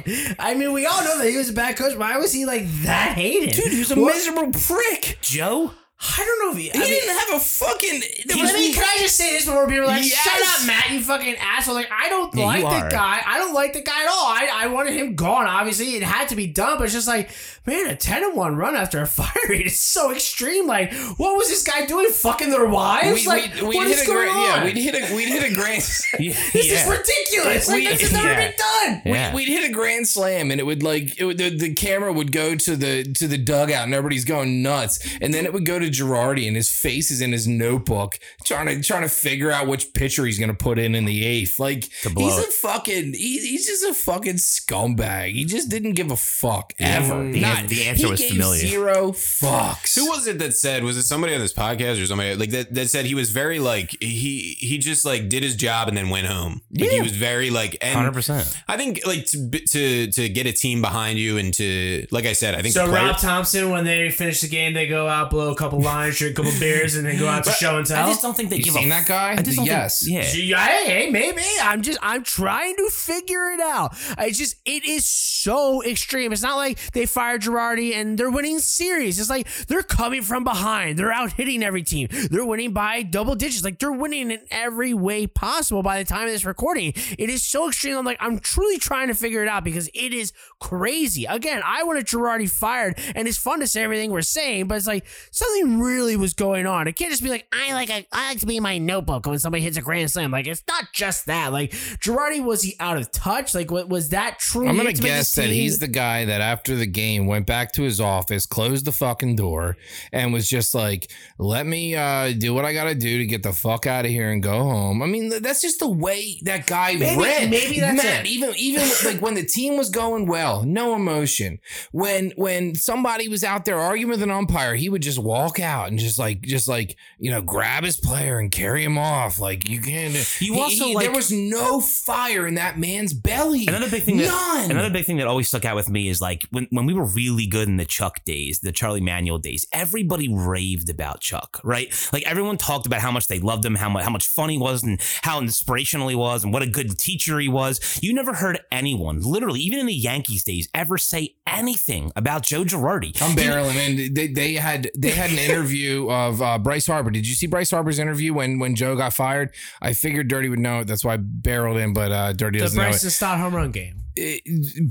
S2: bad? I mean, we all know that he was a bad coach. Why was he like that hated?
S6: Dude, he was a
S2: What-
S6: miserable prick.
S7: Joe,
S2: I don't know if he. I
S6: He
S2: mean,
S6: didn't have a fucking. There was
S2: Let me, can I just say this before people are like,
S6: Yes.
S2: shut up, Matt, you fucking asshole. Like, I don't
S7: Yeah,
S2: like
S7: you
S2: the
S7: are.
S2: guy. I don't like the guy at all. I, I wanted him gone, obviously. It had to be done, but it's just like, man, a 10 and 1 run after a fire rate is so extreme. Like, what was this guy doing? Fucking their wives?
S6: we,
S2: like,
S6: we,
S2: what
S6: hit
S2: is
S6: a
S2: going
S6: grand,
S2: on?
S6: Yeah, we'd hit a we'd hit a grand.
S7: yeah,
S2: this is ridiculous. Like,
S6: We-
S2: this has never
S7: yeah.
S2: been done.
S7: yeah.
S6: We'd hit a grand slam, and it would like it would, the, the camera would go to the to the dugout, and everybody's going nuts. And then it would go to Girardi, and his face is in his notebook, trying to trying to figure out which pitcher he's going to put in in the eighth. Like
S7: blow
S6: he's
S7: it.
S6: a fucking he, he's just a fucking scumbag. He just didn't give a fuck ever.
S7: The
S6: Not-
S7: an- the answer
S6: he
S7: was
S6: gave
S7: familiar.
S6: Zero fucks.
S1: Who was it that said? Was it somebody on this podcast or somebody like that? That said he was very like he he just like did his job and then went home. Like, he
S6: Yeah.
S1: was very like and
S7: hundred percent.
S1: I think like to, to to get a team behind you and to like I said I think
S2: So
S1: the player-
S2: Rob Thompson, when they finish the game, they go out, blow a couple couple lines, drink a couple beers, and then go out to show and
S7: I
S2: tell.
S7: just don't think they
S6: You
S7: give
S6: seen
S7: a
S6: that guy?
S7: I just
S6: The
S7: don't think-
S6: yes.
S7: yeah.
S2: Gee, Hey, hey, maybe I'm just I'm trying to figure it out. It's just it is so extreme. It's not like they fired Girardi and they're winning series. It's like they're coming from behind. They're out hitting every team. They're winning by double digits. Like they're winning in every way possible. By the time of this recording, it is so extreme. I'm like I'm truly trying to figure it out because it is crazy. Again, I wanted Girardi fired, and it's fun to say everything we're saying, but it's like something really was going on. It can't just be like I like a, I like to be in my notebook when somebody hits a grand slam. Like it's not just that. Like Girardi was he out of touch? Like what was that true?
S6: I'm gonna guess that he's the guy that after the game went back to his office, closed the fucking door, and was just like, "Let me uh, do what I gotta do to get the fuck out of here and go home." I mean, th- that's just the way that guy
S2: Maybe-
S6: read.
S2: maybe that's
S6: Matt,
S2: it.
S6: Even even like when the team was going well, no emotion. When when somebody was out there arguing with an umpire, he would just walk out and just like just like you know grab his player and carry him off. Like you can't.
S7: You also,
S6: there
S7: like-
S6: was no fire in that man's belly.
S7: Another big thing that
S6: None.
S7: another big thing that always stuck out with me is like when, when we were really good in the Chuck days, the Charlie Manuel days, everybody raved about Chuck, right? Like everyone talked about how much they loved him, how much how much fun he was and how inspirational he was and what a good teacher he was. You never heard anyone, literally, even in the Yankees days, ever say anything about Joe Girardi.
S6: I'm barreling, and they, they had they had an interview of uh, Bryce Harper. Did you see Bryce Harper's interview when when Joe got fired? I figured Dirty would know it. That's why I barreled in, but uh, Dirty
S2: the
S6: doesn't know it.
S2: Bryson Stott home run game.
S6: it.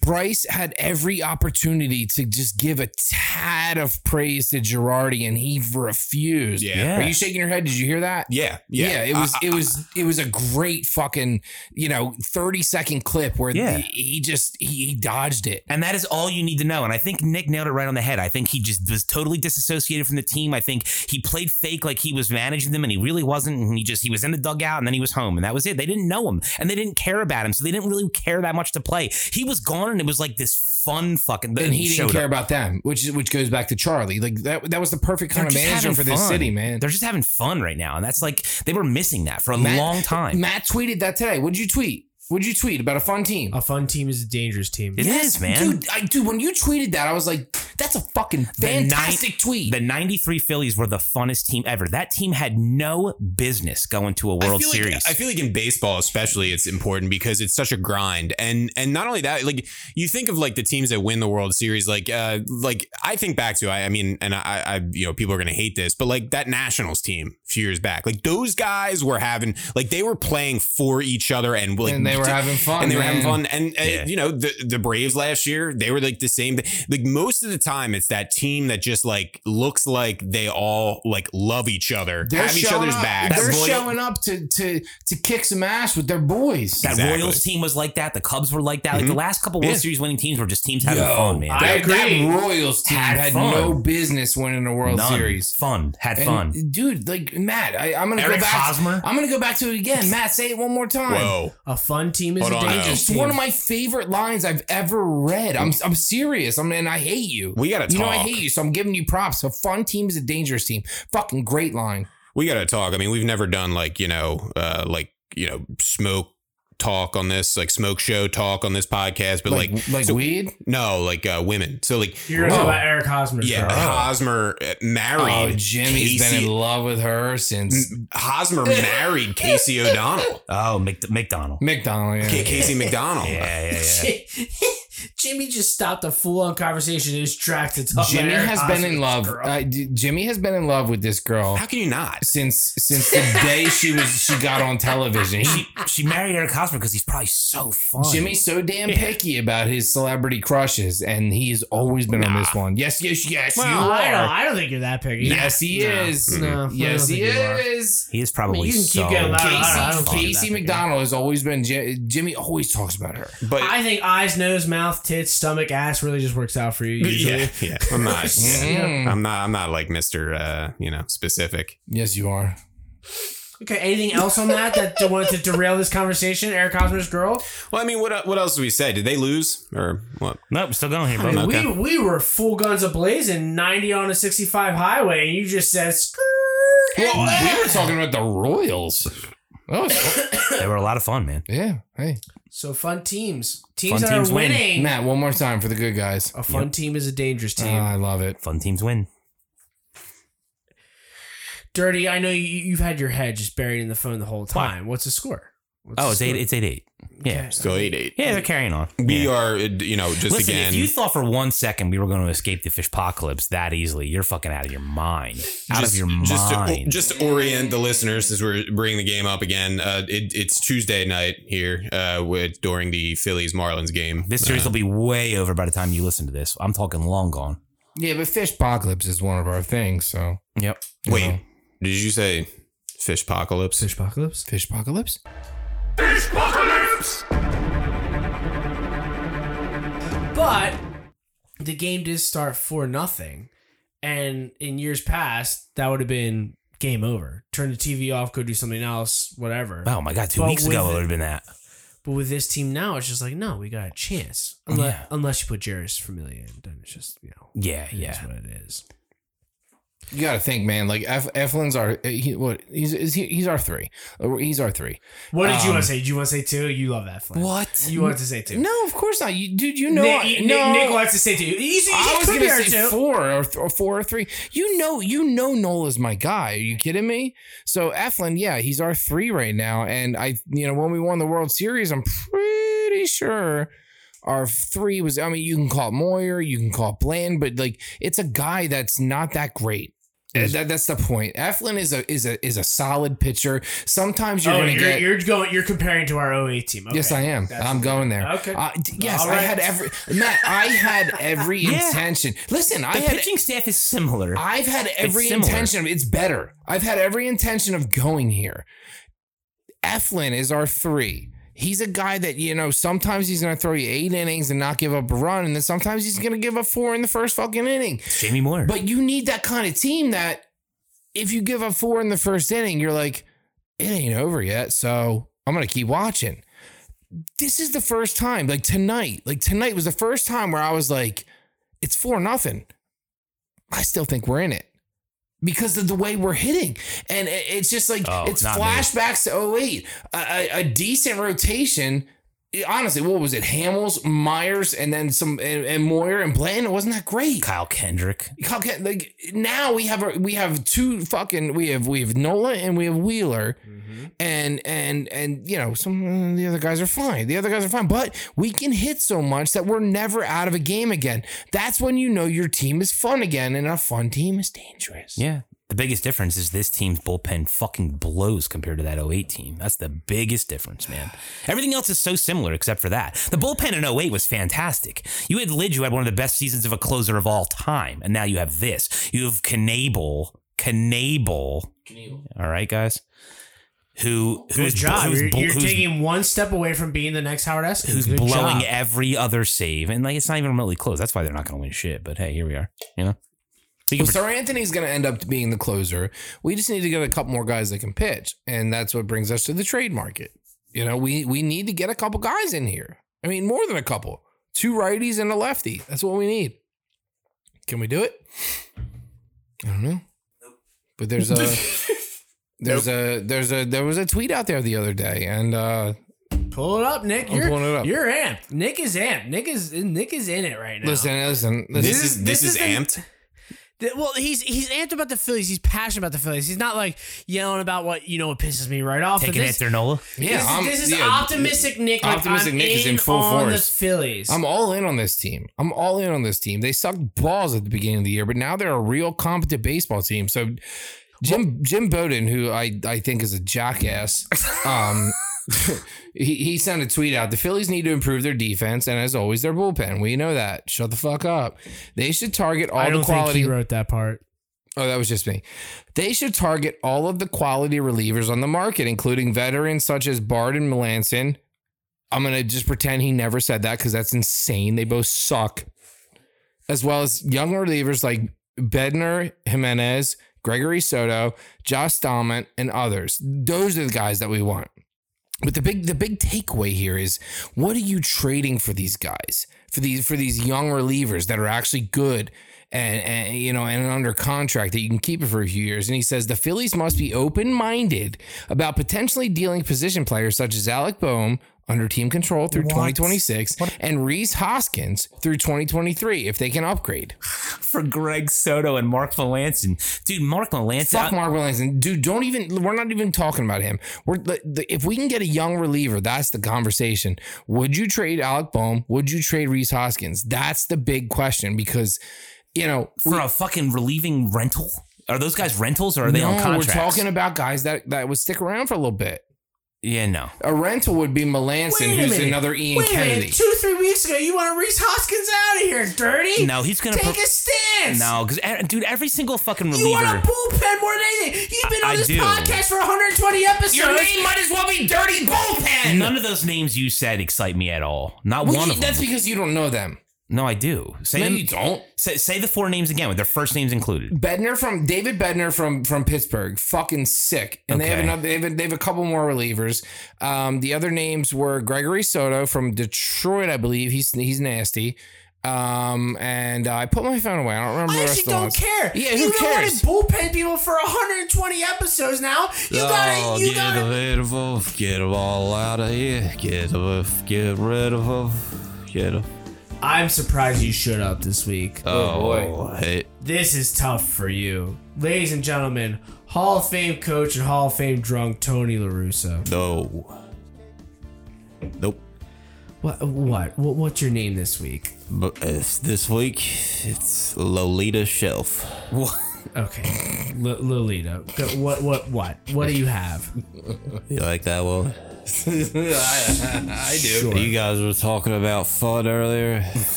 S6: Bryce had every opportunity to just give a tad of praise to Girardi, and he refused.
S1: Yeah.
S7: Yeah.
S6: Are you shaking your head? Did you hear that?
S1: Yeah, yeah.
S6: Yeah, it was it was it was a great fucking you know thirty second clip where
S7: Yeah.
S6: the- he just he, he dodged it.
S7: And that is all you need to know. And I think Nick nailed it right on the head. I think he just was totally disassociated from the team. I think he played fake like he was managing them and he really wasn't. And he just, he was in the dugout and then he was home and that was it. They didn't know him and they didn't care about him. So they didn't really care that much to play. He was gone and it was like this fun fucking.
S6: and he didn't
S7: showed
S6: care
S7: up.
S6: about them, which is which goes back to Charlie. Like that that was the perfect kind
S7: They're
S6: of
S7: just
S6: manager
S7: having
S6: for this
S7: fun.
S6: city, man.
S7: They're just having fun right now. And that's like, they were missing that for a
S6: Matt-
S7: long time.
S6: Matt tweeted that today. What'd you tweet? What'd you tweet about a fun team?
S2: A fun team is a dangerous team.
S7: It is, man.
S6: Dude, I, dude, when you tweeted that, I was like, that's a fucking
S7: The ni-
S6: fantastic tweet.
S7: The 93 Phillies were the funnest team ever. That team had no business going to a World
S1: I feel
S7: Series.
S1: Like, I feel like in baseball, especially, it's important because it's such a grind, and and not only that, like you think of like the teams that win the World Series, like uh, like I think back to, I, I mean, and I, I, you know, people are gonna hate this, but like that Nationals team a few years back, like those guys were having, like they were playing for each other, and like
S6: and they were having fun.
S1: and they were
S6: man.
S1: having fun. And, uh,
S7: Yeah.
S1: you know, the, the Braves last year, they were like the same thing. Like most of the time, it's that team that just like looks like they all like love each other,
S6: They're
S1: have each
S6: showing
S1: other's
S6: up-
S1: backs.
S6: They're
S1: Like,
S6: showing up to to to kick some ass with their boys.
S7: That
S1: Exactly.
S7: Royals team was like that. The Cubs were like that. Like the last couple World
S1: Yeah.
S7: Series winning teams were just teams having
S6: Yo,
S7: fun, man.
S2: I
S6: that, that
S2: agree.
S6: Royals team
S7: Had
S6: had,
S7: fun.
S6: no business winning a World
S7: None.
S6: Series.
S7: Fun. Had
S6: And,
S7: fun.
S6: dude. Like Matt, I, I'm gonna
S7: Eric
S6: go back.
S7: Hosmer.
S6: I'm gonna go back to it again. Matt, say it one more time.
S1: Whoa.
S2: A fun team is
S1: Hold
S2: a
S1: on now.
S2: dangerous
S6: It's
S2: team.
S6: one of my favorite lines I've ever read. I'm I'm serious. I'm and I hate you.
S1: We gotta
S6: You know I
S1: talk.
S6: hate you, so I'm giving you props. A fun team is a dangerous team. Fucking great line.
S1: We got to talk. I mean, we've never done like, you know, uh, like, you know, smoke talk on this, like smoke show talk on this podcast, but like,
S6: like like weed.
S1: no, like uh, women. So, like,
S2: You're talking
S6: Whoa.
S2: about Eric Hosmer.
S1: yeah,
S2: bro.
S1: Hosmer uh,
S6: Oh,
S1: married.
S6: Jimmy's been
S1: Casey-
S6: in love with her since
S1: Hosmer married Casey O'Donnell,
S7: Oh, Mc- McDonald.
S6: Mm. McDonald.
S1: K- Casey McDonald.
S7: Yeah, yeah, yeah.
S2: Jimmy just stopped a full on conversation in his track to talk.
S6: Jimmy
S2: about Eric
S6: has
S2: Hosmer's
S6: been in love.
S2: girl.
S6: Uh, J- Jimmy has been in love with this girl
S1: How can you not?
S6: since since the day she was she got on television. He-
S7: she, she married Eric Hosmer because he's probably so fun.
S6: Jimmy's so damn picky about his celebrity crushes, and he's always been on this one. Yes, yes, yes.
S1: Well,
S6: you are.
S2: I don't. I don't think you're that picky.
S6: Yes, Mm-hmm. he is.
S2: No,
S6: Yes, he is.
S7: he is
S2: I
S7: probably
S2: mean, you can keep
S7: so.
S2: getting loud. I
S6: Casey,
S2: don't- I don't think
S6: Casey
S2: that-
S6: McDonald has always been. J- Jimmy always talks about her.
S1: But
S2: I think eyes, nose, mouth, tits, stomach, ass really just works out for you. Usually.
S1: yeah, yeah, I'm not. yeah.
S6: Mm.
S1: I'm not. I'm not like Mister. Uh, you know, specific.
S6: Yes, you are.
S2: Okay. Anything else on that that d- wanted to derail this conversation? Eric Hosmer's girl.
S1: Well, I mean, what what else do we say? Did they lose or what?
S7: Nope, still going here,
S2: I mean,
S7: bro.
S1: Okay.
S2: We we were full guns ablazing, ninety on a sixty-five highway, and you just said, "Skrrr."
S6: Well, we were talking about the Royals. That was,
S7: They were a lot of fun, man.
S6: Oh, yeah. Hey,
S2: So fun teams, teams
S7: Fun
S2: that
S7: teams
S2: are
S7: win.
S2: winning.
S6: Matt, one more time for the good guys.
S2: A fun team is a dangerous
S6: Ah,
S2: team.
S6: I love it.
S7: Fun teams win.
S2: Dirty, I know you, you've had your head just buried in the phone the whole time. What's the score? What's
S7: Oh,
S2: the
S7: it's eight.
S2: score?
S7: It's eight eight. Yeah.
S2: Okay.
S1: Still eight eight.
S7: Yeah, they're carrying on.
S1: We
S7: Yeah.
S1: are, uh, you know, just
S7: Listen,
S1: again.
S7: if you thought for one second we were going to escape the fish apocalypse that easily, you're fucking out of your mind. Out
S1: just,
S7: of your
S1: just To,
S7: mind.
S1: just to orient the listeners, since we're bringing the game up again, uh, it, it's Tuesday night here uh, with during the Phillies Marlins game.
S7: this series will be way over by the time you listen to this. I'm talking long gone.
S6: Yeah, but fish apocalypse is one of our things. So
S7: Yep.
S6: you
S1: Wait.
S6: know.
S1: Did you say fish apocalypse?
S2: Fish apocalypse.
S6: fish apocalypse.
S2: But the game did start for nothing, and in years past, that would have been game over. Turn the TV off, go do something else, whatever.
S7: Oh my god, two
S2: But
S7: weeks ago
S2: with it-
S7: it would have been that.
S2: But with this team now, it's just like, no, we got a chance. Unless, unless you put Jairus Familia in, then it's just, you know,
S7: Yeah,
S2: it is
S7: yeah.
S2: what it is.
S6: You got to think, man. Like Ef- Eflin's our uh, he, what he's is he, he's our three. Uh, He's our three.
S2: What did you
S6: Um,
S2: want to say? Did you want to say two? You love that flag.
S6: What?
S2: You wanted to say two.
S6: No, of course not. You, dude, you know
S2: Nick,
S6: I-
S2: Nick-
S6: no.
S2: Nick wants to say two. You, you, you
S6: I was
S2: could
S6: gonna
S2: be our
S6: say
S2: two.
S6: four or, th- or four or three. You know, you know, Nola's my guy. Are you kidding me? So Eflin, yeah, he's our three right now. And I, you know, when we won the World Series, I'm pretty sure our three was. I mean, you can call it Moyer, you can call it Bland, but like, it's a guy that's not that great. Uh, That, that's the point. Eflin is a is a is a solid pitcher. Sometimes you're
S2: Oh,
S6: gonna
S2: you're,
S6: get.
S2: you're going. You're comparing to our 08 team. Okay.
S6: Yes, I am.
S2: That's-
S6: I'm going there.
S2: Okay.
S6: Uh, d- yes,
S2: All
S6: I
S2: right.
S6: had every Matt. I had every
S7: Yeah.
S6: intention. Listen, I
S7: The
S6: had
S7: pitching staff is similar.
S6: I've had every
S7: similar.
S6: intention. It's better. I've had every intention of going here. Eflin is our three. He's a guy that, you know, sometimes he's going to throw you eight innings and not give up a run. And then sometimes he's going to give up four in the first fucking inning.
S7: Jamie Moore.
S6: But you need that kind of team that if you give up four in the first inning, you're like, it ain't over yet. So I'm going to keep watching. This is the first time, like tonight, like tonight was the first time where I was like, it's four nothing. I still think we're in it because of the way we're hitting. And it- it's just like,
S7: Oh,
S6: it's
S7: not me.
S6: flashbacks to 08, a, a, a decent rotation. Honestly, what was it? Hamels, Myers, and then some, and, and Moyer and Bland. It wasn't that great.
S7: Kyle Kendrick.
S6: How can like now we have our, we have two fucking we have we have Nola and we have Wheeler and and and you know some uh, the other guys are fine the other guys are fine but we can hit so much that we're never out of a game again that's when you know your team is fun again and a fun team is dangerous
S7: Yeah. The biggest difference is this team's bullpen fucking blows compared to that 08 team. That's the biggest difference, man. Everything else is so similar except for that. The bullpen in 08 was fantastic. You had Lid, who had one of the best seasons of a closer of all time, and now you have this. You have Knable, Knable. All right, guys. Who who's
S2: Good job.
S7: who's,
S2: you're
S7: bl-
S2: you're
S7: who's-
S2: taking one step away from being the next Howard Eskin.
S7: who's
S2: Good
S7: blowing
S2: job.
S7: every other save, and like it's not even remotely close. That's why they're not going to win shit. But hey, here we are. You know, so you
S6: Well,
S7: can
S6: Sir Anthony's going to end up being the closer. We just need to get a couple more guys that can pitch, and that's what brings us to the trade market. You know, we we need to get a couple guys in here. I mean, more than a couple, two righties and a lefty. That's what we need. Can we do it? I don't know, but there's a there's a there's a there was a tweet out there the other day, and uh
S2: Pull it up, Nick.
S6: I'm
S2: you're,
S6: pulling it up.
S2: You're amped. Nick is amped. Nick is Nick is in it right now.
S6: listen, listen, listen.
S1: this is this,
S2: this
S1: is,
S2: is the-
S1: amped.
S2: Th- Well, he's he's amped about the Phillies. He's passionate about the Phillies. He's not like yelling about what you know. It pisses me right off.
S7: take
S2: But
S7: it
S2: this,
S7: after Nola.
S6: yeah,
S2: this,
S6: I'm-
S2: this is
S6: yeah,
S2: optimistic Nick. Like,
S6: Optimistic
S2: I'm
S6: Nick is in full
S2: on
S6: force.
S2: The Phillies.
S6: I'm all in on this team. I'm all in on this team. They sucked balls at the beginning of the year, but now they're a real competent baseball team. So Jim Jim Bowden, who I, I think is a jackass, um, he, he sent a tweet out. The Phillies need to improve their defense and as always their bullpen. We know that. Shut the fuck up. They should target all
S2: I don't
S6: the quality.
S2: think he wrote that part.
S6: Oh, that was just me. They should target all of the quality relievers on the market, including veterans such as Bard and Melanson. I'm going to just pretend he never said that because that's insane. They both suck. As well as young relievers like Bedner, Jimenez, Gregory Soto, Josh Stallman, and others. Those are the guys that we want. But the big the big takeaway here is what are you trading for these guys? For these for these young relievers that are actually good and, and you know and under contract that you can keep it for a few years. And he says the Phillies must be open-minded about potentially dealing position players such as Alec Boehm under team control through 2026 and Reese Hoskins through 2023 if they can upgrade.
S7: for Greg Soto and Mark Melanson. Dude, Mark Melanson.
S6: Fuck Mark Melanson, dude. Don't even. We're not even talking about him. We're the, the, if we can get a young reliever, that's the conversation. Would you trade Alec Boehm? Would you trade Reese Hoskins? That's the big question because, you know,
S7: for a fucking relieving rental? Are those guys rentals or are they on
S6: no,
S7: contracts?
S6: we're talking about guys that that would stick around for a little bit.
S7: yeah, no.
S6: A rental would be Melanson,
S2: Wait a
S6: who's
S2: minute.
S6: another Ian
S2: Wait a
S6: Kennedy.
S2: minute. Two, three weeks ago, you wanted Reese Hoskins out of here, dirty.
S7: No, he's going to.
S2: Take a stance.
S7: no, because, dude, every single fucking
S2: You want
S7: reliever.
S2: a bullpen more than anything. You've been
S7: I-
S2: on
S7: I
S2: this
S7: do.
S2: podcast for 120 episodes.
S6: Your name might as well be Dirty Bullpen.
S7: None of those names you said excite me at all. Not
S6: Well,
S7: one
S6: you-
S7: of them.
S6: that's because you don't know them.
S7: No, I do. Say,
S6: No,
S7: them-
S6: you don't.
S7: say, say the four names again with their first names included.
S6: Bedner from David Bedner from from Pittsburgh, fucking sick. And they have
S7: Okay.
S6: another. They have, a, they have a couple more relievers. Um, the other names were Gregory Soto from Detroit, I believe. He's he's nasty. Um, and uh, I put my phone away. I don't remember.
S2: I
S6: the rest
S2: actually
S6: of the
S2: don't
S6: ones.
S2: care.
S6: Yeah,
S2: you
S6: who
S2: don't
S6: cares?
S2: want to bullpen people for 120 episodes now. You got to You got to
S1: rid of them. Get them all out of here. Get them. Get rid of them. Get them.
S2: I'm surprised you showed up this week.
S1: Oh, boy.
S2: This is tough for you, ladies and gentlemen. Hall of Fame coach and Hall of Fame drunk Tony Larusso.
S4: No. Nope.
S2: What? What? what what's your name this week?
S4: But uh, this week, it's Lolita Shelf.
S2: Okay, L- Lolita. Go- What? What? What? What do you have?
S4: You like that one?
S6: I do.
S4: You guys were talking about fun earlier.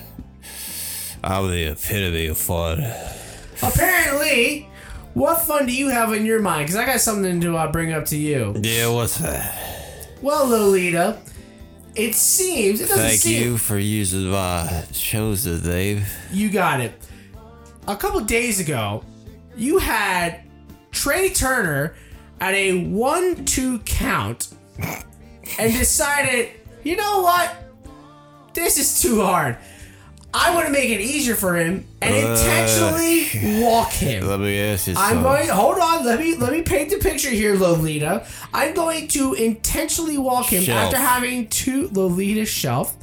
S4: I'm the epitome of fun.
S2: Apparently, what fun do you have in your mind? Because I got something to uh, bring up to you.
S4: Yeah, what's that?
S2: Well, Lolita, it seems it doesn't
S4: Thank
S2: seem
S4: you for using my shows today.
S2: You got it. A couple days ago, you had Trey Turner at a 1 2 count and decided, you know what? This is too hard. I want to make it easier for him and
S4: Uh,
S2: intentionally walk him.
S4: Let me ask you
S2: I'm
S4: something.
S2: going. Hold on. Let me let me paint the picture here, Lolita. I'm going to intentionally walk him
S4: Shelf.
S2: after having two Lolita shelf.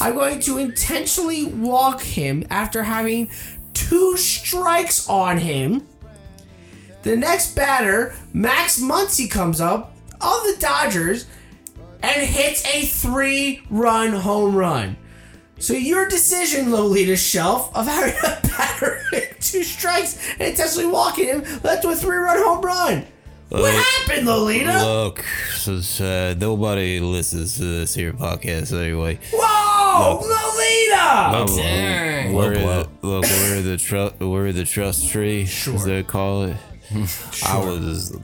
S2: I'm going to intentionally walk him after having two strikes on him. The next batter, Max Muncy, comes up of the Dodgers and hits a three-run home run. So your decision, Lolita Shelf, of having a batter with two strikes and intentionally walking him led to a three-run home run. What happened, Lolita?
S4: Look, since uh, nobody listens to this here podcast anyway,
S2: Whoa, Lolita!
S4: I'm-
S6: Dang.
S4: Look, look, look, we're the trust, we're the trust tree, sure. as they call it. I was,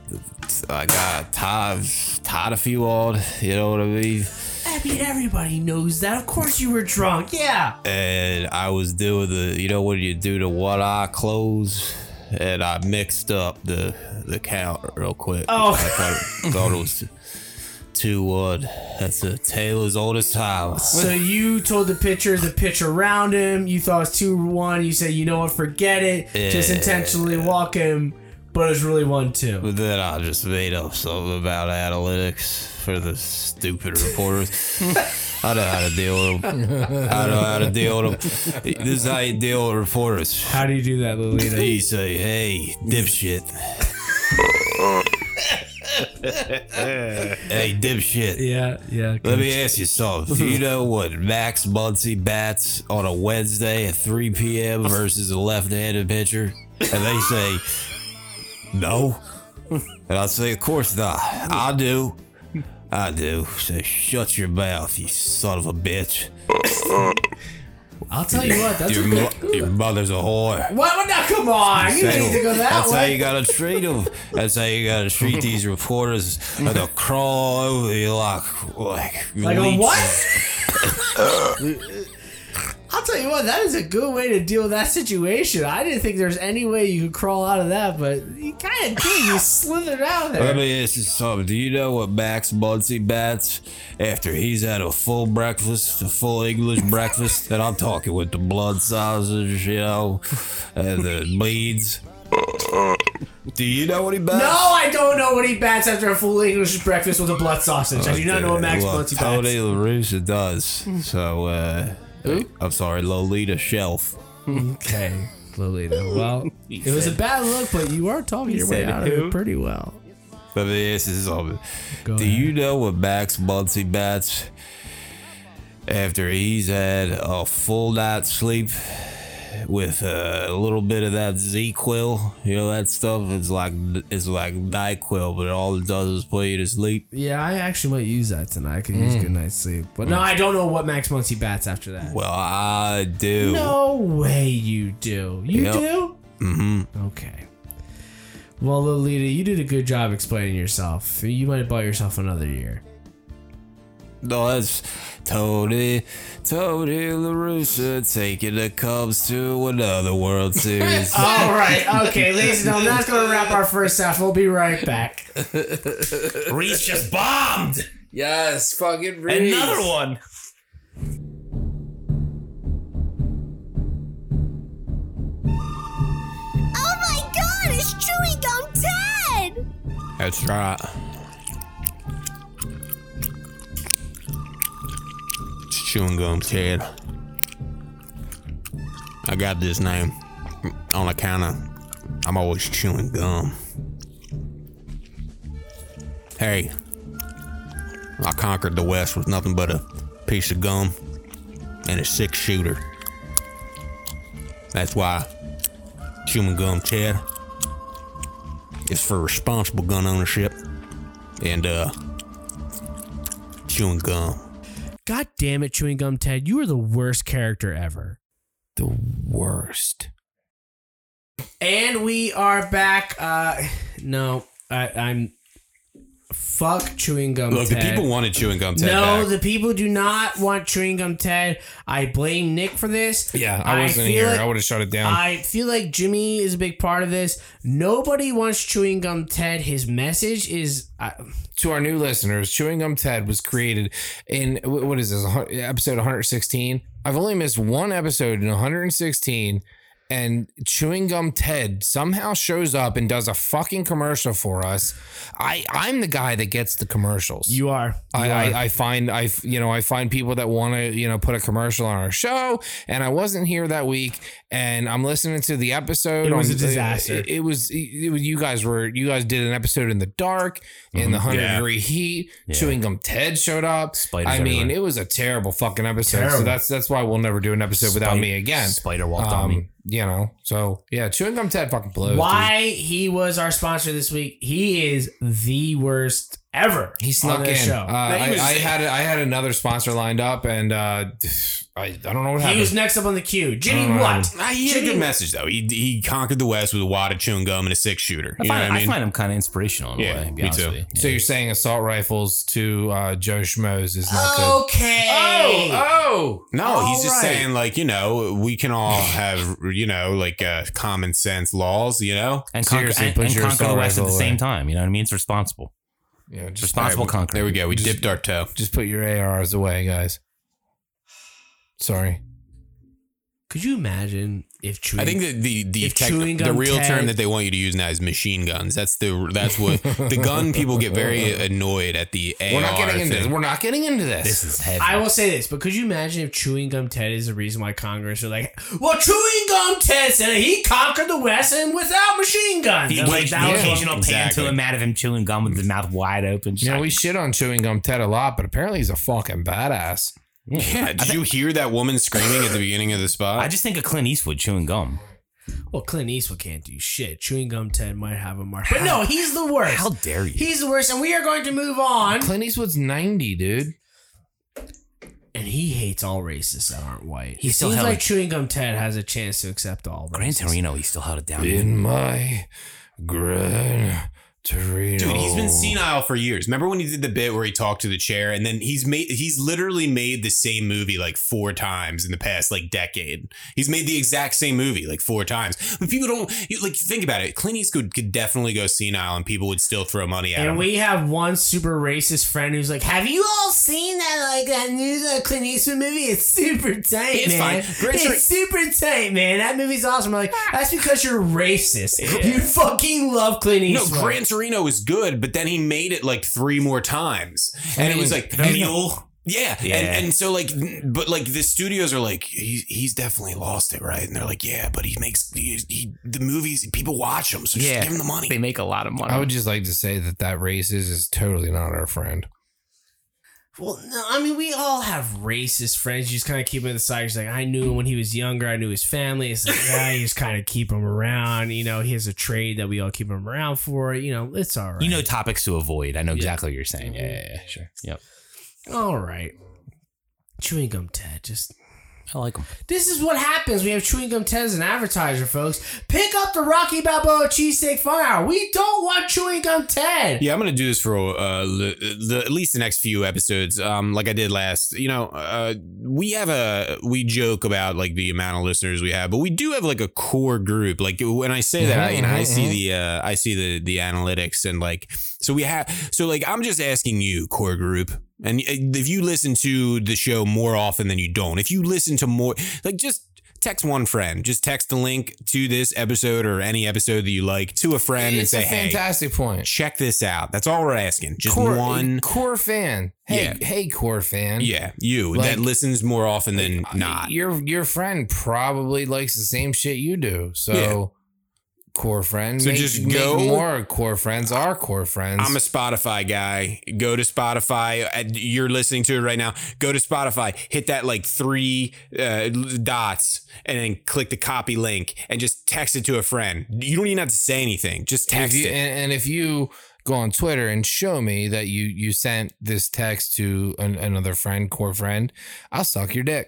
S4: I got tired, tired of you all. You know what I mean?
S2: I mean, everybody knows that. Of course, you were drunk. Yeah.
S4: And I was doing the, you know, when you do the one eye close, and I mixed up the the count real quick.
S2: Oh.
S4: I thought, thought it was two one. That's a Taylor's oldest time.
S2: So you told the pitcher the pitch around him. You thought it was two one. You said, you know what, forget it. Just intentionally walk him, but it was really one two.
S4: But then I just made up something about analytics for the stupid reporters. I know how to deal with them. I know how to deal with them. This is how you deal with reporters.
S2: How do you do that, Lolita?
S4: You say, hey, dipshit. hey, dipshit.
S2: yeah, yeah.
S4: Let me ask you something. Do you know what Max Muncy bats on a Wednesday at 3 p.m. versus a left-handed pitcher? And they say, no. And I say, of course not. I do. I do. Say, shut your mouth, you son of a bitch.
S2: I'll tell you what. That's
S4: Your,
S2: a good.
S4: mo- your mother's a whore.
S2: What? what- Now, come on. You
S4: Say-
S2: need to go that
S4: That's how
S2: way.
S4: you gotta treat them. That's how you gotta treat these reporters. And they'll crawl over you like, like,
S2: Like a
S4: leeches.
S2: what? I'll tell you what, that is a good way to deal with that situation. I didn't think there's any way you could crawl out of that, but you kind of did. You slithered out of
S4: Let
S2: there.
S4: me ask you something. Do you know what Max Muncy bats after he's had a full breakfast, a full English breakfast? And I'm talking with the blood sausage, you know, and the beans. Do you know what he bats?
S2: No, I don't know what he bats after a full English breakfast with a blood sausage. I do not know what Max
S4: well,
S2: Muncy
S4: Tony
S2: bats.
S4: LaRusa does. So, uh, I'm sorry, Lolita Shelf.
S2: Okay. slowly. Now. Well, it was a bad look, but you are talking your way
S1: said
S2: out of it
S1: who?
S2: pretty well.
S1: But this is all.
S2: Go
S1: Do
S2: ahead.
S1: you know what Max Muncy bats after he's had a full night's sleep with a little bit of that Z Quill? You know that stuff. It's like it's like Nyquil, but all it does is put you to sleep.
S2: Yeah, I actually might use that tonight. I could use good night's sleep. But no, I don't know what Max Muncy bats after that.
S1: Well, I do.
S2: No way you do. You
S1: Yep.
S2: do? Mm-hmm. Okay. Well, Lolita, you did a good job explaining yourself. You might have bought yourself another year.
S1: No, that's Tony, Tony LaRussa taking the Cubs to another World Series.
S2: All right. Okay, ladies and gentlemen, that's going to wrap our first half. We'll be right back.
S7: Reese just bombed
S6: Yes, fucking Reese.
S7: another one.
S9: Oh my god, it's chewing gum Ted!
S1: That's right. It's chewing gum, Ted. I got this name on account of I'm always chewing gum. Hey, I conquered the West with nothing but a piece of gum and a six shooter. That's why chewing gum, Ted. It's for responsible gun ownership and uh chewing gum.
S2: God damn it, Chewing Gum Ted. You are the worst character ever.
S6: The worst.
S2: And we are back. Uh, no, I, I'm. Fuck Chewing Gum
S1: Look, the
S2: Ted.
S1: people wanted chewing gum Ted
S2: no,
S1: back.
S2: the people do not want chewing gum Ted. I blame Nick for this.
S6: Yeah, I wasn't
S2: feel
S6: here.
S2: like-
S6: I would have shut it down.
S2: I feel like Jimmy is a big part of this. Nobody wants chewing gum Ted. His message is uh, I
S6: to our new listeners, Chewing Gum Ted was created in wh- what is this a hun- episode 116? I've only missed one episode in 116, and Chewing Gum Ted somehow shows up and does a fucking commercial for us. I I'm the guy that gets the commercials.
S2: you are.
S6: I,
S2: You are.
S6: I, I find I f- you know I find people that want to you know put a commercial on our show, and I wasn't here that week, and I'm listening to the episode.
S2: It was
S6: on-
S2: a disaster.
S6: It, it was it was- you guys were you guys did an episode in the dark in the hundred
S1: Yeah.
S6: degree heat.
S7: Yeah.
S6: Chewing gum Ted showed up.
S7: Spiders
S6: I mean,
S7: everywhere.
S6: it was a terrible fucking episode. So
S2: Terrible.
S6: that's that's why we'll never do an episode without
S7: Spite-
S6: me again.
S7: Spider walked on me.
S6: Um, you know, so yeah, chewing gum Ted fucking blows. dude.
S2: Why he was our sponsor this week? He is the worst ever.
S6: He snuck
S2: on
S6: in.
S2: this
S6: Uh,
S2: Show.
S6: I, I had I had another sponsor lined up, and uh, I I don't know what happened.
S2: he was next up on the queue. Jimmy,
S6: All right.
S2: what?
S1: Ah, he had a good message though. He, he conquered the West with a wad of chewing gum and a six shooter.
S7: I
S1: You know
S7: find,
S1: what I mean?
S7: him kind of inspirational in
S1: Yeah,
S7: a way. to be
S1: me
S7: honest
S1: too.
S7: with you.
S6: so you're saying assault rifles to uh, Joe Schmoes is not
S2: Oh.
S6: good?
S2: Okay.
S6: Oh,
S1: no, he's just
S2: All right.
S1: saying like you know we can all have you know like uh, common sense laws. You know,
S7: and conquer,
S6: Seriously,
S7: and,
S6: put
S7: and
S6: your
S7: conquer the
S6: assault
S7: West at the
S6: rifle
S7: same
S6: away.
S7: time. You know what I mean? It's responsible.
S6: yeah. Just
S7: Responsible
S1: All right,
S7: conquering.
S1: there we go. We dipped our toe.
S6: just put your ARs away, guys. Sorry.
S2: Could you imagine if chewing?
S1: I think that the the
S2: If
S1: tech-
S2: chewing
S1: the
S2: gum
S1: real
S2: tag-
S1: term that they want you to use now is machine guns. That's the that's what the gun people get very annoyed at the AR.
S6: We're not getting into
S1: thing.
S6: this. We're not getting into this.
S7: This is heavy.
S2: I will say this, but could you imagine if chewing gum Ted is the reason why Congress are like, well, chewing gum Ted said he conquered the West and without machine guns.
S7: the,
S2: I'm
S7: like,
S2: like,
S7: the
S2: that was-
S7: occasional pan
S1: Exactly.
S7: to him out of him chewing gum with his mouth wide open. Just
S6: you know,
S7: like,
S6: we shit on chewing gum Ted a lot, but apparently he's a fucking badass.
S1: Yeah, did you hear that woman screaming at the beginning of the spot?
S7: I just think of Clint Eastwood chewing gum.
S2: well, Clint Eastwood can't do shit. Chewing gum Ted might have a mark, but no, he's the worst.
S7: How dare you?
S2: He's the worst, and we are going to move on.
S6: Clint Eastwood's ninety, dude.
S2: And he hates all racists that aren't white. He
S7: He still
S2: seems
S7: held
S2: like
S7: it-
S2: chewing gum Ted has a chance to accept all.
S7: Gran
S2: races.
S7: Torino, he still held it down.
S6: In my Gran Torino.
S1: Dude, he's been senile for years. Remember when he did the bit where he talked to the chair, and then he's made he's literally made the same movie like four times in the past like decade. He's made the exact same movie like four times. But people don't you, like think about it. Clint Eastwood could definitely go senile, and people would still throw money at him.
S2: And we have one super racist friend who's like, "Have you all seen that like that new uh, Clint Eastwood movie? It's super tight,
S1: It's
S2: man.
S1: fine. Grace
S2: it's super tight, man. That movie's awesome." I'm like, "That's because you're racist. You fucking love Clint
S1: no,
S2: Eastwood."
S1: Gran Torino was good, but then he made it like three more times, and it was like
S7: The
S1: and-
S7: mule.
S1: Yeah.
S7: Yeah.
S1: And, and so like, but like the studios are like, he's, he's definitely lost it. Right. And they're like, yeah, but he makes he, he, the movies, people watch him. So
S10: Yeah.
S1: just give him the money.
S10: They make a lot of money.
S6: I would just like to say that that racist is totally not our friend.
S2: Well, no, I mean, we all have racist friends. You just kind of keep him aside. He's like, I knew him when he was younger. I knew his family. It's like, yeah, you just kind of keep him around. You know, he has a trade that we all keep him around for. You know, it's all right.
S7: You know topics to avoid. I know exactly what you're saying. Yeah, yeah, yeah, sure. Yep.
S2: all right. Chewing gum Ted, just
S7: I like them.
S2: this is what happens. We have chewing gum Ted as an advertiser, folks. Pick up the Rocky Balboa cheesesteak fun hour. We don't want chewing gum Ted.
S1: Yeah, I'm gonna do this for uh, the, the at least the next few episodes. Um, like I did last. You know, uh, we have a we joke about like the amount of listeners we have, but we do have like a core group. Like when I say that,
S6: Mhm,
S1: you know, I
S6: mhm,
S1: see the uh, I see the the analytics and like so we have so like I'm just asking you core group. And uh, if you listen to the show more often than you don't, if you listen to more, like just text one friend, just text the link to this episode or any episode that you like to a friend
S6: it's
S1: and
S6: a
S1: say, hey,
S6: fantastic point.
S1: check this out. That's all we're asking. Just
S6: Core,
S1: one.
S6: core fan. Hey,
S1: Yeah.
S6: hey, core fan.
S1: Yeah, you
S6: Like-
S1: that listens more often than not.
S6: Your your friend probably likes the same shit you do. So
S1: Yeah.
S6: core friend.
S1: So
S6: make-
S1: just
S6: make
S1: go-
S6: more core friends are core friends.
S1: I'm a Spotify guy. Go to Spotify. Uh, You're listening to it right now. Go to Spotify. Hit that like three uh, l- dots and then click the copy link and just text it to a friend. You don't even have to say anything. Just
S6: And if
S1: text
S6: you-
S1: it.
S6: And, and if you go on Twitter and show me that you you sent this text to an, another friend, core friend, I'll suck your dick.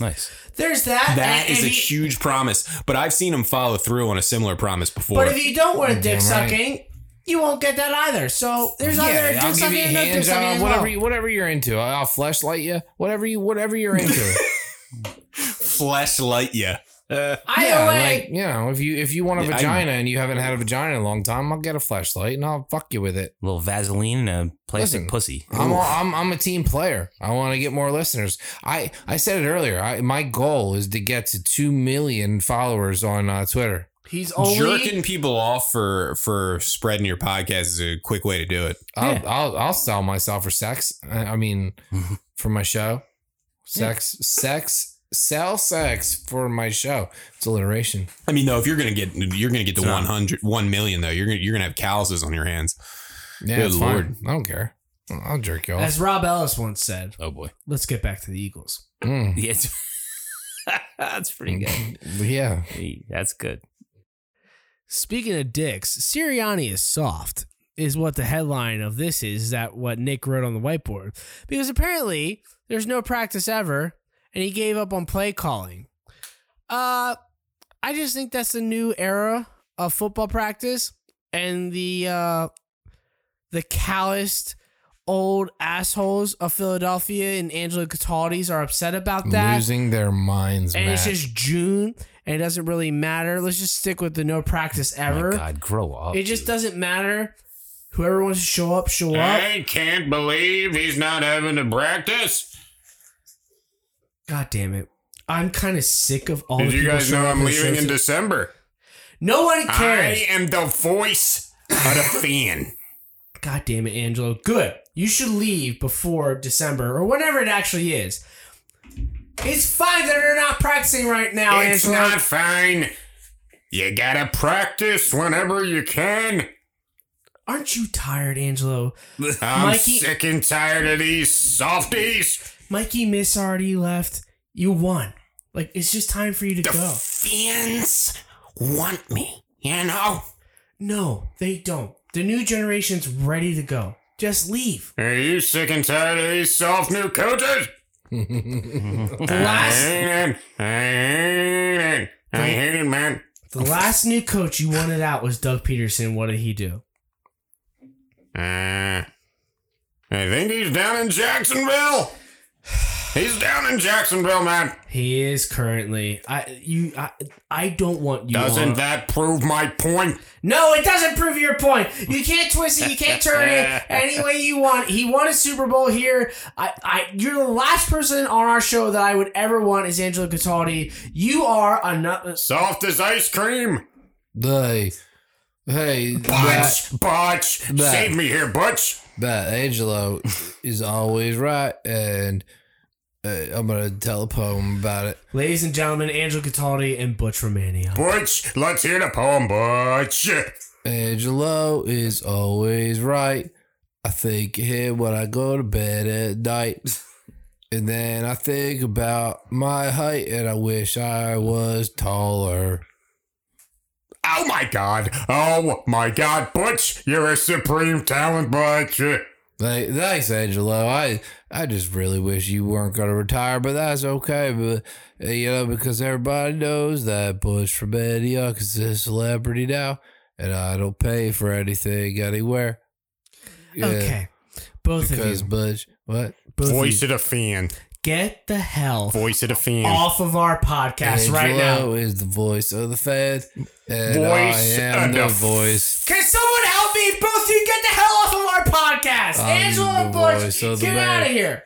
S7: Nice.
S2: There's that.
S1: That
S2: And
S1: is a
S2: if you-
S1: huge promise, but I've seen him follow through on a similar promise before.
S2: But if you don't want a dick
S6: Damn right.
S2: sucking, you won't get that either. So there's either a
S6: I'll
S2: dick
S6: give
S2: sucking
S6: you
S2: and no dick
S6: hand
S2: sucking. as
S6: job,
S2: well.
S6: whatever you, whatever you're into. I'll fleshlight you, whatever you whatever you're into.
S1: Flashlight you. Uh,
S2: Either
S6: yeah,
S2: way,
S6: like you know, if you if you want a
S1: Yeah, I-
S6: vagina and you haven't had a vagina in a long time, I'll get a flashlight and I'll fuck you with it.
S7: A little Vaseline and a plastic
S6: Listen,
S7: pussy.
S6: I'm, all, I'm I'm a team player. I want to get more listeners. I I said it earlier. I, my goal is to get to two million followers on uh, Twitter.
S2: he's only
S1: jerking people off for for spreading your podcast is a quick way to do it.
S6: I'll
S7: Yeah.
S6: I'll, I'll sell myself for sex. I I mean, for my show, sex sex sell sex for my show. It's alliteration.
S1: I mean, though, if you're gonna get you're gonna get the
S7: It's not-
S1: 100, 1 million though, you're gonna you're gonna have calluses on your hands.
S6: Yeah,
S1: Good
S6: it's
S1: lord.
S6: fine. I don't care. I'll jerk you off.
S2: As Rob Ellis once said,
S7: Oh boy.
S2: let's get back to the Eagles.
S6: Mm.
S7: Yeah. it's- That's pretty good.
S6: Yeah.
S7: Hey, That's good.
S2: Speaking of dicks, Sirianni is soft, is what the headline of this is, is that what Nick wrote on the whiteboard. Because apparently there's no practice ever, and he gave up on play calling. Uh I just think that's the new era of football practice and the uh the calloused old assholes of Philadelphia and Angelo Cataldi's are upset about that
S6: Losing their minds,
S2: and
S6: Matt.
S2: it's just June, and it doesn't really matter. Let's just stick with the no practice
S7: Oh My
S2: ever.
S7: God, grow up.
S2: it just doesn't matter. Whoever wants to show up, show up.
S1: can't believe he's not having to practice.
S2: God damn it! I'm kind of sick of all. the people showing up to the shows.
S1: December?
S2: no one cares.
S1: am the voice of the fan.
S2: God damn it, Angelo. Good. You should leave before December or whenever it actually is. It's fine that they're not practicing right now, Angelo.
S1: fine. You gotta practice whenever you can.
S2: Aren't you tired, Angelo?
S1: I'm
S2: Mikey-
S1: sick and tired of these softies.
S2: Mikey Miss already left. You won. Like it's just time for you to go.
S1: Fans want me, you know.
S2: No, they don't. The new generation's ready to go. Just leave.
S1: Are you sick and tired of these soft new coaches?
S2: The last,
S1: hate it. I hate it. I hate it, man.
S2: the last new coach you wanted out was Doug Peterson. What did he do?
S1: Uh, I think he's down in Jacksonville. He's down in Jacksonville, man.
S2: He is currently. I you. I, I don't want you.
S1: Doesn't
S2: on-
S1: that prove my point?
S2: No, it doesn't prove your point. You can't twist it. You can't turn it any way you want. He won a Super Bowl here. I, I, you're the last person on our show that I would ever want is Angelo Cataldi. You are another.
S1: Soft as ice cream.
S6: the Hey, that,
S7: Butch, Butch,
S6: That-
S7: save me here, Butch.
S6: that Angelo is always right, and uh, I'm gonna tell a poem about it.
S2: Ladies and gentlemen, Angel Cataldi and Butch Romania.
S7: Butch, let's hear the poem, Butch.
S6: Angelo is always right. I think of him when I go to bed at night. And then I think about my height and I wish I was taller.
S4: Oh my god. Oh my god. Butch, you're a supreme talent, Butch.
S6: Like, thanks, Angelo. I I just really wish you weren't gonna retire, but that's okay. But uh, you know, because everybody knows that Bush from Antioch is a celebrity now, and I don't pay for anything anywhere. Yeah,
S2: Okay. Both
S6: because
S2: of you.
S6: Bush. What?
S2: Both
S4: Voice
S2: of you.
S4: of the fan.
S2: Get the hell
S4: Voice of the fan.
S2: off of our podcast right now.
S6: Angelo is the voice of the Fed, and
S4: Voice
S6: I am
S4: of
S6: the
S4: the
S6: voice.
S2: Can someone help me? Both of you get the hell off of our podcast.
S6: I'm
S2: Angela and
S6: the voice of
S2: Butch,
S6: the
S2: get
S6: man.
S2: out of here.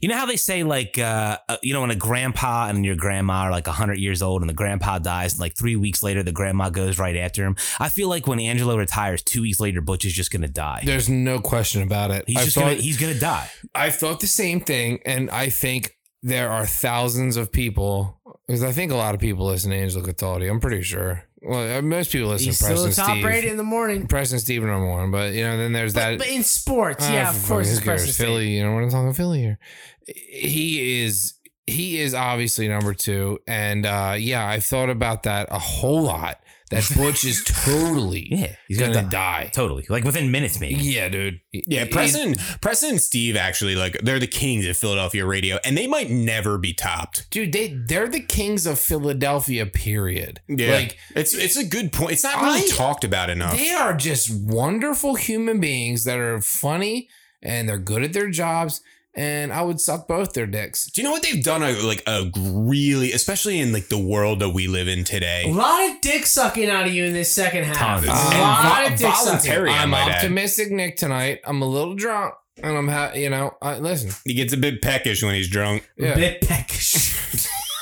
S7: You know how they say like, uh, uh, you know, when a grandpa and your grandma are like hundred years old, and the grandpa dies, and like three weeks later, the grandma goes right after him. I feel like when Angelo retires, two weeks later, Butch is just gonna die.
S6: There's no question about it.
S7: He's
S6: I
S7: just
S6: thought-
S7: gonna he's gonna die.
S6: I've thought the same thing, and I think there are thousands of people because I think a lot of people listen to Angelo Cataldi. I'm pretty sure. Well, uh, most people listen
S2: He's
S6: to
S2: still
S6: Preston
S2: the top
S6: Steve.
S2: rated in the morning.
S6: Preston Steve are number one, but you know, then there's that.
S2: But in sports,
S6: Ah,
S2: yeah,
S6: for
S2: of
S6: fucking-
S2: course,
S6: who
S2: it's
S6: cares?
S2: Preston State.
S6: Uh, Philly. You know, we're not talking Philly here. He is he is obviously number two, and uh yeah, I've thought about that a whole lot. That Butch is totally
S7: Yeah, he's
S6: he's
S7: gonna
S6: gonna, die.
S7: Totally, like within minutes, maybe.
S6: Yeah, dude.
S1: Yeah, Preston, Preston and Steve actually like they're the kings of Philadelphia radio, and they might never be topped.
S6: dude they they're the kings of philadelphia period like
S1: like it's it's a good point. It's not really
S6: I-
S1: talked about
S2: Oh.
S1: enough.
S6: they are just wonderful human beings that are funny and they're good at their jobs and i would suck both their dicks
S1: Do you know what they've done? A, like a really, especially in like the world that we live in
S2: A
S1: today.
S2: lot of dick sucking out of you in this second half.
S7: Tons.
S2: A
S6: Um,
S7: And
S2: lot
S1: vo-
S2: of dick sucking.
S1: Um, voluntary. I
S6: i'm
S1: might add.
S6: optimistic nick tonight i'm a little drunk and i'm ha- you know I, listen
S1: He gets a bit peckish when he's drunk.
S6: yeah.
S2: Bit peckish.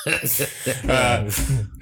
S1: Uh,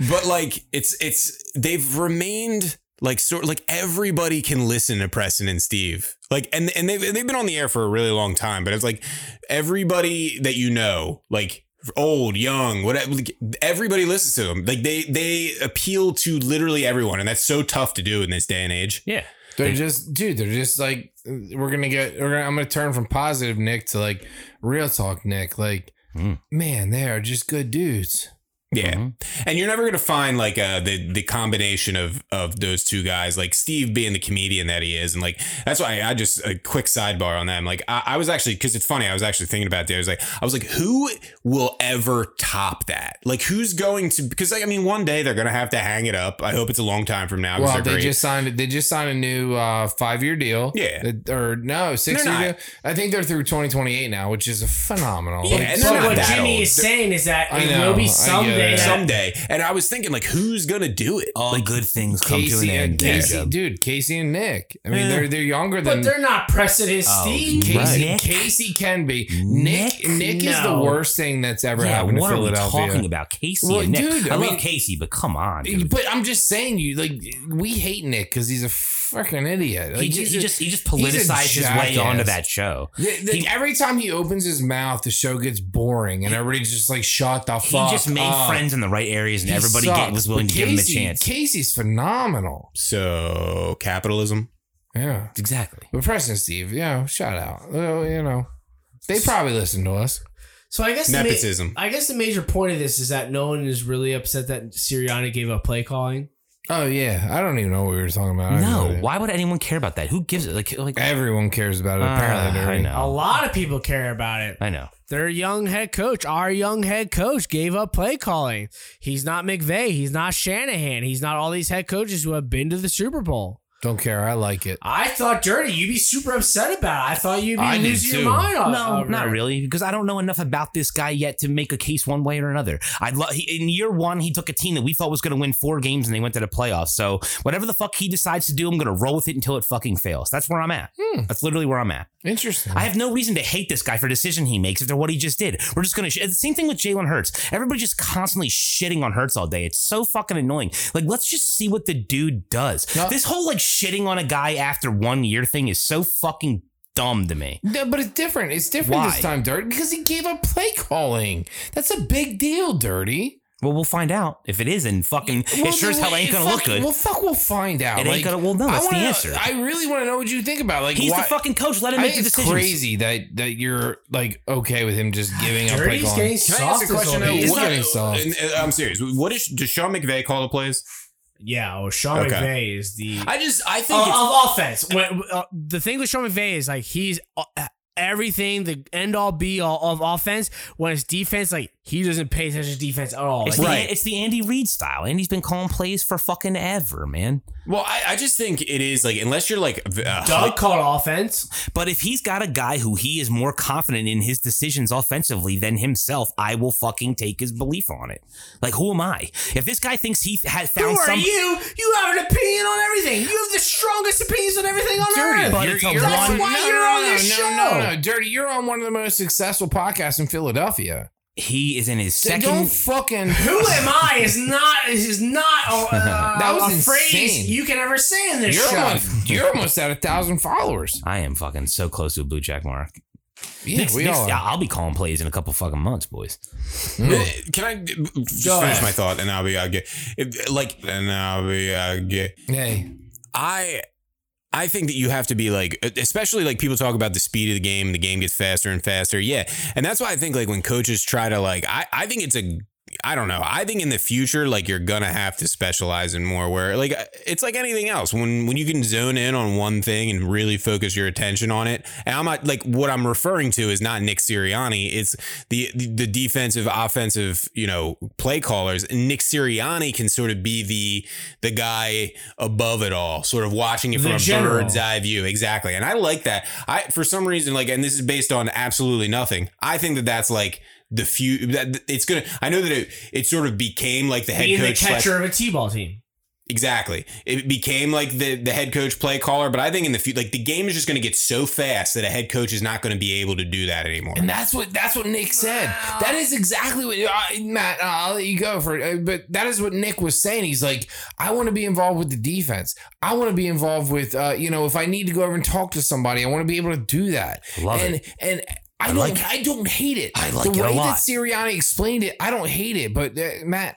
S1: but like it's it's they've remained like sort like everybody can listen to Preston and Steve. Like and and they've they've been on the air for a really long time, but it's like everybody that you know, like old, young, whatever like, everybody listens to them. Like they they appeal to literally everyone, and that's so tough to do in this day and age.
S7: Yeah.
S6: They're just, dude. They're just like we're gonna get. We're gonna, I'm gonna turn from positive Nick to like real talk Nick. Like,
S1: Hmm.
S7: Mm.
S6: man, they are just good dudes.
S1: Yeah.
S7: Mhm.
S1: And you're never gonna find like uh the the combination of of those two guys, like Steve being the comedian that he is, and like that's why I just a quick sidebar on them. Like I, I was actually because it's funny, I was actually thinking about it. I was like, I was like, who will ever top that? Like who's going to because like I mean one day they're gonna have to hang it up. I hope it's a long time from now. 'cause
S6: Well,
S1: they're
S6: they
S1: great.
S6: just signed. They just signed a new uh, five-year deal.
S1: Yeah.
S6: That- or no, six-year
S1: They're
S6: deal.
S1: not.
S6: I think they're through 2028 now, which is a phenomenal.
S1: Yeah,
S6: Like,
S1: and they're
S2: But
S1: not
S2: what
S1: that
S2: Jimmy
S1: old.
S2: is saying is that
S6: I
S2: it
S6: know,
S2: will
S6: I
S2: be
S6: get
S2: someday.
S6: it.
S2: that-
S1: someday. And I was thinking like who's gonna do it?
S7: All good things come to an
S6: Casey and
S7: end.
S6: Casey,
S7: Jacob.
S6: dude, Casey and Nick. I mean, they're they're younger than
S2: But they're not Preston
S7: Oh,
S2: Steve.
S7: right.
S6: Casey.
S7: Nick?
S6: Casey can be Nick. Nick, is the
S2: No.
S6: worst thing that's ever
S7: yeah,
S6: happened to
S7: what are we
S6: Philadelphia.
S7: talking about? Casey
S6: Well,
S7: and Nick.
S6: dude,
S7: I,
S6: I
S7: love
S6: mean-
S7: Casey, but come on. dude.
S6: But I'm just saying, you like we hate Nick because he's a freaking idiot. Like,
S7: he, just,
S6: he's
S7: he
S6: a-
S7: just he just
S6: he's a
S7: politicized his way
S6: jackass.
S7: onto that show.
S6: Th- th-
S7: he-
S6: every time he opens his mouth, the show gets boring, and everybody's just like, "Shut the
S7: He
S6: fuck
S7: just made
S6: up."
S7: friends in the right areas, and
S6: He
S7: everybody
S6: sucks.
S7: get, was willing
S6: But
S7: to give him a
S6: Casey-
S7: chance.
S6: Casey's phenomenal.
S1: So capitalism.
S6: Yeah,
S7: exactly.
S6: but Preston and Steve, yeah, shout out. Well, you know, they probably listen to us.
S2: So I guess the ma-
S1: Nepotism.
S2: I guess the major point of this is that no one is really upset that Sirianni gave up play calling.
S6: Oh yeah, I don't even know what we were talking about. I
S7: No,
S6: really-
S7: why would anyone care about that? Who gives it? Like, like
S6: everyone cares about it.
S7: Ah,
S6: Apparently,
S7: I
S6: Dirty.
S7: know.
S2: A lot of people care about it.
S7: I know.
S2: Their young head coach, our young head coach, gave up play calling. He's not McVay. He's not Shanahan. He's not all these head coaches who have been to the Super Bowl.
S6: Don't care. I like it.
S2: I thought dirty. You'd be super upset about it. I thought you'd be
S1: I did
S2: losing
S1: too.
S2: your mind. off-
S7: No,
S2: over
S7: not
S2: it. Oh,
S7: really, because I don't know enough about this guy yet to make a case one way or another. I love in year one he took a team that we thought was going to win four games and they went to the playoffs. So whatever the fuck he decides to do, I'm going to roll with it until it fucking fails. That's where I'm at.
S6: Hmm.
S7: That's literally where I'm at.
S6: Interesting.
S7: I have no reason to hate this guy for a decision he makes after what he just did. We're just gonna. Sh- it's the same thing with Jalen Hurts. Everybody just constantly shitting on Hurts all day. It's so fucking annoying. Like, let's just see what the dude does.
S6: No.
S7: This whole like shitting on a guy after one year thing is so fucking dumb to me.
S6: No, but it's different. It's different
S7: Why?
S6: this time, Dirty, because he gave up play calling. That's a big deal, Dirty.
S7: Well, we'll find out if it is, and fucking it sure as hell ain't gonna look good.
S6: Well, fuck, we'll find out.
S7: It ain't gonna- well, no,
S6: I
S7: that's the
S6: wanna know-
S7: answer.
S6: I really want to know what you think about. it. Like,
S7: He's
S6: why,
S7: the fucking coach. Let him
S6: I
S7: make
S6: think
S7: the
S6: it's
S7: decisions.
S6: crazy that that you're like okay with him just giving up play
S2: Dirty's getting
S6: calling.
S1: Can I ask
S2: soft
S1: a
S2: as
S1: question?
S2: all
S6: though?
S2: hell.
S6: It's
S1: What-
S6: getting soft.
S1: and, uh, I'm serious. What is does Sean McVay call the plays?
S2: Yeah, oh, Sean
S1: Okay.
S2: McVay is the
S1: I just I think
S2: of, of offense. When, uh, the thing with Sean McVay is like he's uh, everything, the end all be all of offense. When it's defense, like he doesn't pay attention to defense at all.
S7: It's,
S2: Like,
S1: Right.
S7: the, it's the Andy Reid style. Andy's been calling plays for fucking ever, man.
S1: well, I, I just think it is like unless you're like uh,
S2: Doug called offense.
S7: But if he's got a guy who he is more confident in his decisions offensively than himself, I will fucking take his belief on it. Like, who am I? If this guy thinks he has
S2: Who
S7: found
S2: are
S7: some,
S2: you? You have an opinion on everything. You have the strongest opinions on everything on earth.
S7: but it's a
S2: That's
S7: one.
S2: why you're on
S6: no,
S2: this
S6: no,
S2: show.
S6: No, no, Dirty, you're on one of the most successful podcasts in Philadelphia.
S7: He is in his
S6: They Don't
S7: second.
S6: fucking.
S2: Who am I is not is not uh,
S6: That was
S2: a
S6: insane.
S2: phrase you can ever say in this
S6: You're
S2: show.
S6: almost, you're almost at a thousand followers.
S7: I am fucking so close to a blue jack mark.
S6: Yeah,
S7: Next-
S6: we
S7: next-
S6: are.
S7: I'll be calling plays in a couple fucking months, boys.
S1: Uh, Can I just finish my thought and I'll be I'll get it- like and I'll be I'll get
S6: Hey,
S1: I I think that you have to be like, e, especially like people talk about the speed of the game, the game gets faster and faster. Yeah. And that's why I think like when coaches try to like, I, I think it's a, I don't know. I think in the future, like you're gonna have to specialize in more. Where like it's like anything else. When when you can zone in on one thing and really focus your attention on it. And I'm not like what I'm referring to is not Nick Sirianni. It's the the, the defensive, offensive, you know, play callers. And Nick Sirianni can sort of be the the guy above it all, sort of watching it
S2: The
S1: from a
S2: general.
S1: bird's eye view. Exactly. And I like that. I for some reason like and this is based on absolutely nothing. I think that that's like the few that it's going to I know that it it sort of became like the head
S2: Being the
S1: coach slash-
S2: catcher of a t-ball team.
S1: Exactly. It became like the, the head coach play caller, but I think in the future, like the game is just going to get so fast that a head coach is not going to be able to do that anymore.
S6: and that's what that's what Nick said. That is exactly what uh, Matt. Uh, I'll let you go for it, uh, but that is what Nick was saying. He's like, I want to be involved with the defense. I want to be involved with, uh, you know, if I need to go over and talk to somebody, I want to be able to do that.
S7: Love
S6: and,
S7: it.
S6: And I, don't,
S7: like
S6: I don't hate it.
S7: I like
S6: the
S7: it a
S6: way
S7: lot.
S6: that Sirianni explained it. I don't hate it, but uh, Matt,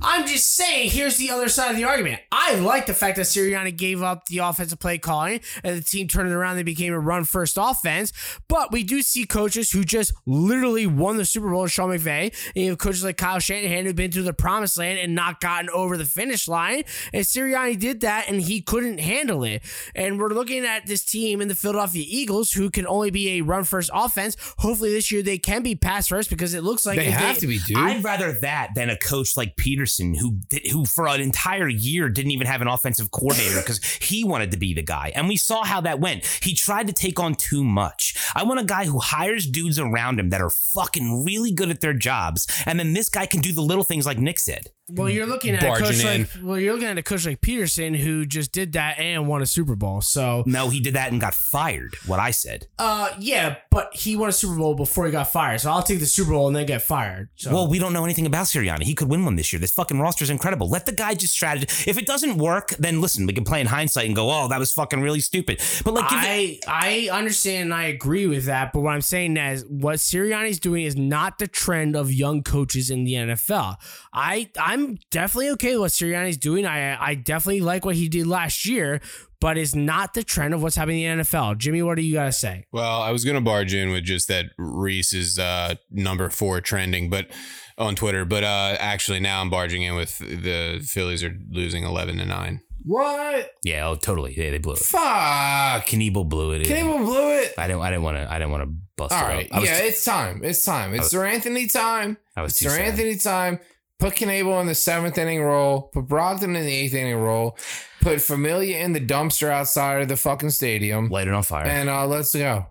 S2: I'm just saying, here's the other side of the argument. I like the fact that Sirianni gave up the offensive play calling and the team turned it around. They became a run first offense. But we do see coaches who just literally won the Super Bowl with Sean McVay. And you have coaches like Kyle Shanahan who've been through the promised land and not gotten over the finish line. And Sirianni did that and he couldn't handle it. And we're looking at this team in the Philadelphia Eagles who can only be a run first offense. Hopefully this year they can be pass first because it looks like
S6: they
S2: if
S6: have to be, dude.
S7: I'd rather that than a coach like Peterson, who did, who for an entire year didn't even have an offensive coordinator because he wanted to be the guy, and we saw how that went. He tried to take on too much. I want a guy who hires dudes around him that are fucking really good at their jobs, and then this guy can do the little things like Nick said.
S2: Well, you're looking at a
S1: barging
S2: coach
S1: in.
S2: like well, you're looking at a coach like Peterson who just did that and won a Super Bowl. So,
S7: No, he did that and got fired. What I said.
S2: uh, yeah, but he won a Super Bowl before he got fired. So I'll take the Super Bowl and then get fired. So.
S7: Well, we don't know anything about Sirianni. He could win one this year. This fucking roster's incredible. Let the guy just strategize. If it doesn't work, then listen, we can play in hindsight and go, "Oh, that was fucking really stupid." But like, give the-
S2: I I understand and I agree with that, but what I'm saying is what Sirianni's doing is not the trend of young coaches in the NFL. I I'm definitely okay with what Sirianni's doing. I I definitely like what he did last year, but it's not the trend of what's happening in the NFL. Jimmy, what do you gotta say?
S1: Well, I was going to barge in with just that Reese is uh, number four trending, but on Twitter. But uh, actually, now I'm barging in with the Phillies are losing eleven to nine.
S6: what?
S7: yeah, oh, totally. Yeah, they blew it.
S6: Fuck.
S7: Knievel blew it. in.
S6: Cable blew it.
S7: I didn't. I didn't want to. I didn't want to bust
S6: All
S7: it
S6: right.
S7: up. I was,
S6: yeah, it's time. It's time. It's Sir Anthony time.
S7: I was too
S6: Sir
S7: sad.
S6: Anthony time. Put Knable in the seventh inning role. Put Brogdon in the eighth inning role. Put Familia in the dumpster outside of the fucking stadium.
S7: Light it on fire.
S6: And uh, let's go.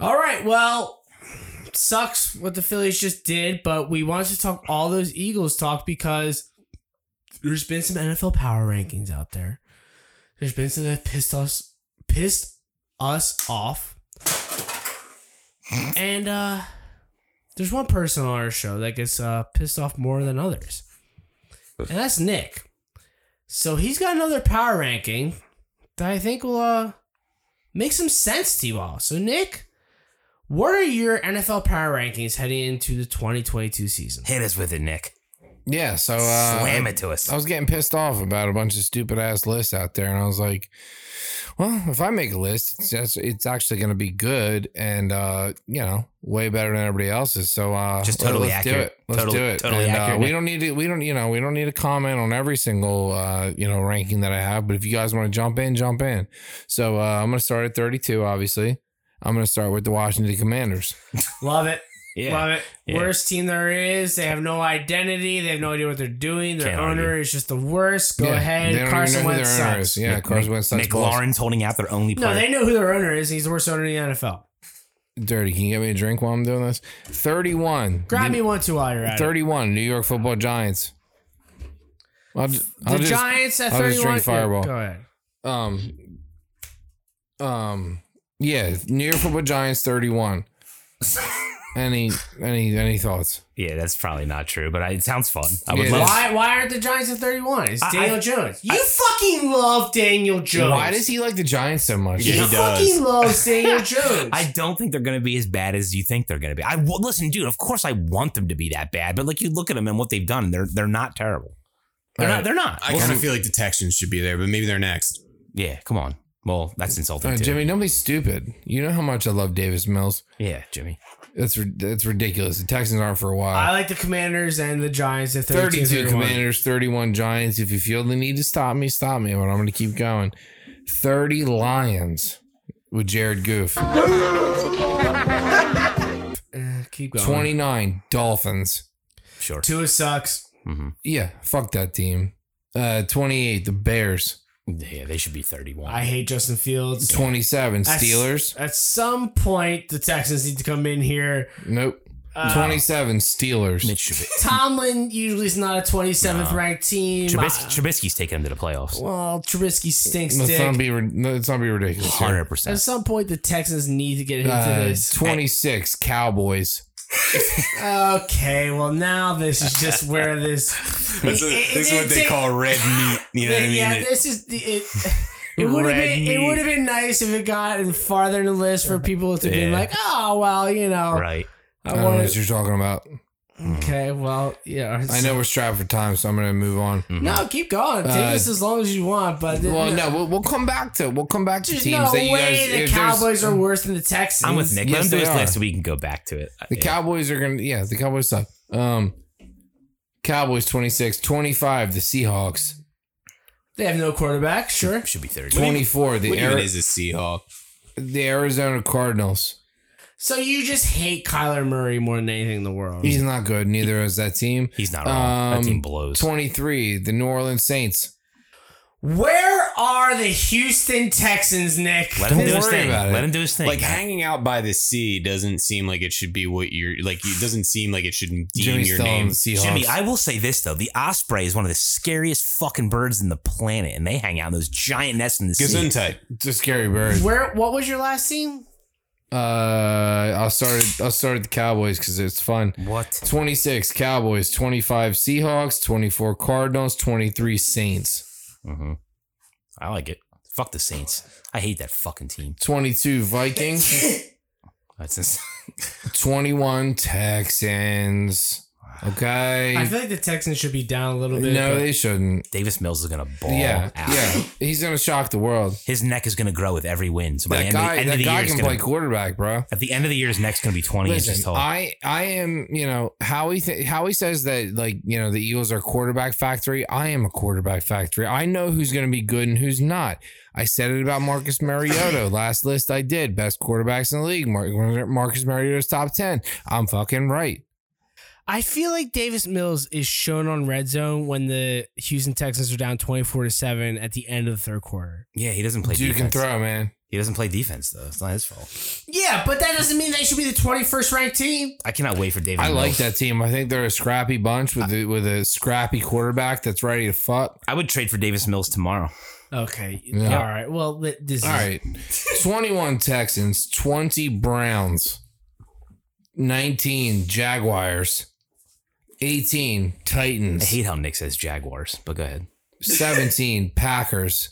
S2: All right. Well, sucks what the Phillies just did, but we wanted to talk all those Eagles talk because there's been some NFL power rankings out there. There's been some that pissed us pissed us off. And uh there's one person on our show that gets uh, pissed off more than others. And that's Nick. So he's got another power ranking that I think will uh make some sense to you all. So Nick, what are your NFL power rankings heading into the 2022 season?
S7: Hit us with it, Nick.
S6: Yeah, so uh,
S7: Slam it to us.
S6: I was getting pissed off about a bunch of stupid ass lists out there, and I was like, "Well, if I make a list, it's just, it's actually going to be good, and uh, you know, way better than everybody else's." So uh,
S7: Just totally
S6: let's do
S7: accurate.
S6: it. Let's
S7: Totally-
S6: do it.
S7: totally
S6: And,
S7: accurate,
S6: Uh, we
S7: Nick.
S6: don't need to. We don't. You know, we don't need to comment on every single uh, you know ranking that I have. But if you guys want to jump in, jump in. So uh, I'm going to start at 32. Obviously, I'm going to start with the Washington Commanders.
S2: Love it. Love it.
S7: Yeah.
S2: Worst team there is. They have no identity. They have no idea what they're doing. Their
S7: Can't
S2: owner
S7: argue.
S2: is just the worst. Go
S6: Yeah,
S2: ahead.
S6: They don't
S2: Carson
S6: even know who
S2: Wentz
S6: their owner
S2: sucks.
S6: is. Yeah, Carson Wentz sucks.
S7: Nick
S6: balls.
S7: Lawrence holding out their only
S2: No,
S7: player.
S2: they know who their owner is. He's the worst owner in the NFL.
S6: Dirty. Can you get me a drink while I'm doing this? 31.
S2: Grab me one, two while you're at it.
S6: 31 New York Football Giants. I'll, ju-
S2: The
S6: I'll just,
S2: Giants at
S6: I'll just
S2: 31.
S6: drink
S2: Yeah,
S6: Fireball.
S2: Go ahead.
S6: Um, um, yeah, New York Football Giants 31. any any any thoughts?
S7: yeah, that's probably not true, but I, it sounds fun. I would
S6: Yeah.
S7: love.
S2: Why, why aren't the Giants at 31? It's
S7: I-
S2: Daniel
S7: I-
S2: Jones. You fucking love Daniel Jones.
S6: Why does he like the Giants so much?
S2: You
S1: Yeah, he does.
S2: fucking love Daniel Jones.
S7: I don't think they're going to be as bad as you think they're going to be. I w- listen, dude. Of course, I want them to be that bad, but like you look at them and what they've done, they're they're not terrible. They're
S6: All
S7: not.
S6: right.
S7: They're not.
S1: I kind of feel like the Texans should be there, but maybe they're next.
S7: yeah, come on. Well, that's insulting.
S6: Uh,
S7: too.
S6: Jimmy, don't be stupid. You know how much I love Davis Mills.
S7: Yeah, Jimmy.
S6: That's ri- that's ridiculous. The Texans aren't for a while.
S2: I like the Commanders and the Giants at 32.
S6: 32 Commanders, 31 Giants. If you feel the need to stop me, stop me, but I'm going to keep going. 30 Lions with Jared Goof.
S2: Uh, keep going.
S6: 29 Dolphins.
S7: Sure.
S2: Tua sucks.
S6: Yeah, fuck that team. Uh, 28 the Bears.
S7: Yeah, they should be thirty-one.
S2: I hate Justin Fields.
S6: 27
S2: At s-
S6: Steelers.
S2: At some point, the Texans need to come in here.
S6: Nope.
S2: Uh,
S6: 27 Steelers.
S7: Mitch Trubisky.
S2: Tomlin usually is not a 27th
S7: No.
S2: ranked team.
S7: Trubisky Trubisky's taking them to the playoffs.
S2: I- well, Trubisky stinks
S6: Let's not
S2: dick.
S6: be, ri- no, let's not be ridiculous. here.
S7: Hundred
S2: At
S7: percent.
S2: some point, the Texans need to get into
S6: Uh,
S2: this.
S6: 26 Cowboys.
S2: Okay, well now this is just where this.
S1: That's
S2: It- it-
S1: this is
S2: it
S1: what they
S2: did-
S1: call red meat. You know what I mean?
S2: yeah,
S1: It-
S2: this is the, it. It would have
S7: Red
S2: been it
S7: meat.
S2: would have been nice if it got farther in the list for people to be
S7: Yeah.
S2: like, oh well, you know,
S7: Right.
S6: I,
S2: I
S6: don't know
S2: wanna-
S6: what you're talking about.
S1: Uh,
S2: okay, well, yeah.
S6: I know we're strapped for time, so I'm going to move on.
S2: No, keep going. Take
S6: Uh,
S2: this as long as you want, but
S6: Well, no, we'll, we'll come back to we'll come back to
S2: There's
S6: teams
S2: no
S6: that you guys.
S2: way the
S6: if there's-
S2: Cowboys are worse than the Texans.
S7: I'm with Nick.
S6: Yes,
S7: Let him do
S6: they
S7: his
S6: are.
S7: list so we can go back to it. Uh,
S6: The
S7: Yeah.
S6: Cowboys are gonna yeah, the Cowboys suck. Um Cowboys 26, 25, the Seahawks,
S2: They have no quarterback. Sure.
S7: should be thirty.
S6: 24, the,
S1: what even
S6: Ari-
S1: is a Seahawk?
S6: the Arizona Cardinals.
S2: So you just hate Kyler Murray more than anything in the world.
S6: He's not good, neither is that team.
S7: He's not wrong.
S6: Um,
S7: that team blows.
S6: 23, the New Orleans Saints.
S2: Where are the Houston Texans, Nick?
S7: Let him
S6: Don't
S7: do his
S6: worry
S7: thing.
S6: about it.
S7: Let him do his thing.
S1: Like hanging out by the sea doesn't seem like it should be what you're like. It doesn't seem like it should deem
S6: Jimmy's
S1: your
S6: still on
S1: name.
S6: the Seahawks.
S7: Jimmy, I will say this though: the osprey is one of the scariest fucking birds in the planet, and they hang out in those giant nests in the sea.
S1: Gesundheit.
S6: it's a scary bird.
S2: Where? What was your last team?
S6: Uh I'll start at- I'll start at the Cowboys because it's fun.
S7: What?
S6: 26 Cowboys, 25 Seahawks, 24 Cardinals, 23 Saints,
S7: hmm I like it. Fuck the Saints. I hate that fucking team.
S6: 22 Vikings,
S7: That's ins-
S6: 21 Texans. Okay.
S2: I feel like the Texans should be down a little bit.
S6: No,
S2: but-
S6: they shouldn't.
S7: Davis Mills is gonna ball
S6: yeah,
S7: out.
S6: yeah. He's gonna shock the world.
S7: His neck is gonna grow with every win. So by the
S6: That
S7: end,
S6: guy,
S7: of, the, end of
S6: that
S7: the
S6: guy
S7: year, it's
S6: can
S7: gonna,
S6: play quarterback, bro.
S7: at the end of the year, his neck's gonna be twenty inches
S6: Listen,
S7: tall.
S6: I, I am, you know, Howie. Th- Howie says that, like, you know, the Eagles are quarterback factory. I am a quarterback factory. I know who's going to be good and who's not. I said it about Marcus Mariota last list I did. Best quarterbacks in the league. Mar- Marcus Mariota's top ten. I'm fucking right.
S2: I feel like Davis Mills is shown on red zone when the Houston Texans are down 24 to 7 at the end of the third quarter.
S7: Yeah, he doesn't play
S6: Dude can
S7: defense.
S6: throw, man.
S7: He doesn't play defense though. It's not his fault.
S2: Yeah, but that doesn't mean they should be the 21st ranked team.
S7: I cannot wait for David.
S6: I like
S7: Mills.
S6: that team. I think they're a scrappy bunch with a, with a scrappy quarterback that's ready to fuck.
S7: I would trade for Davis Mills tomorrow.
S2: Okay.
S6: Yeah.
S2: All right. Well, th- this
S6: All
S2: is
S6: right, twenty-one Texans, twenty Browns, nineteen Jaguars, eighteen
S7: I
S6: Titans,
S7: hate how Nick says Jaguars, but go ahead.
S6: seventeen Packers.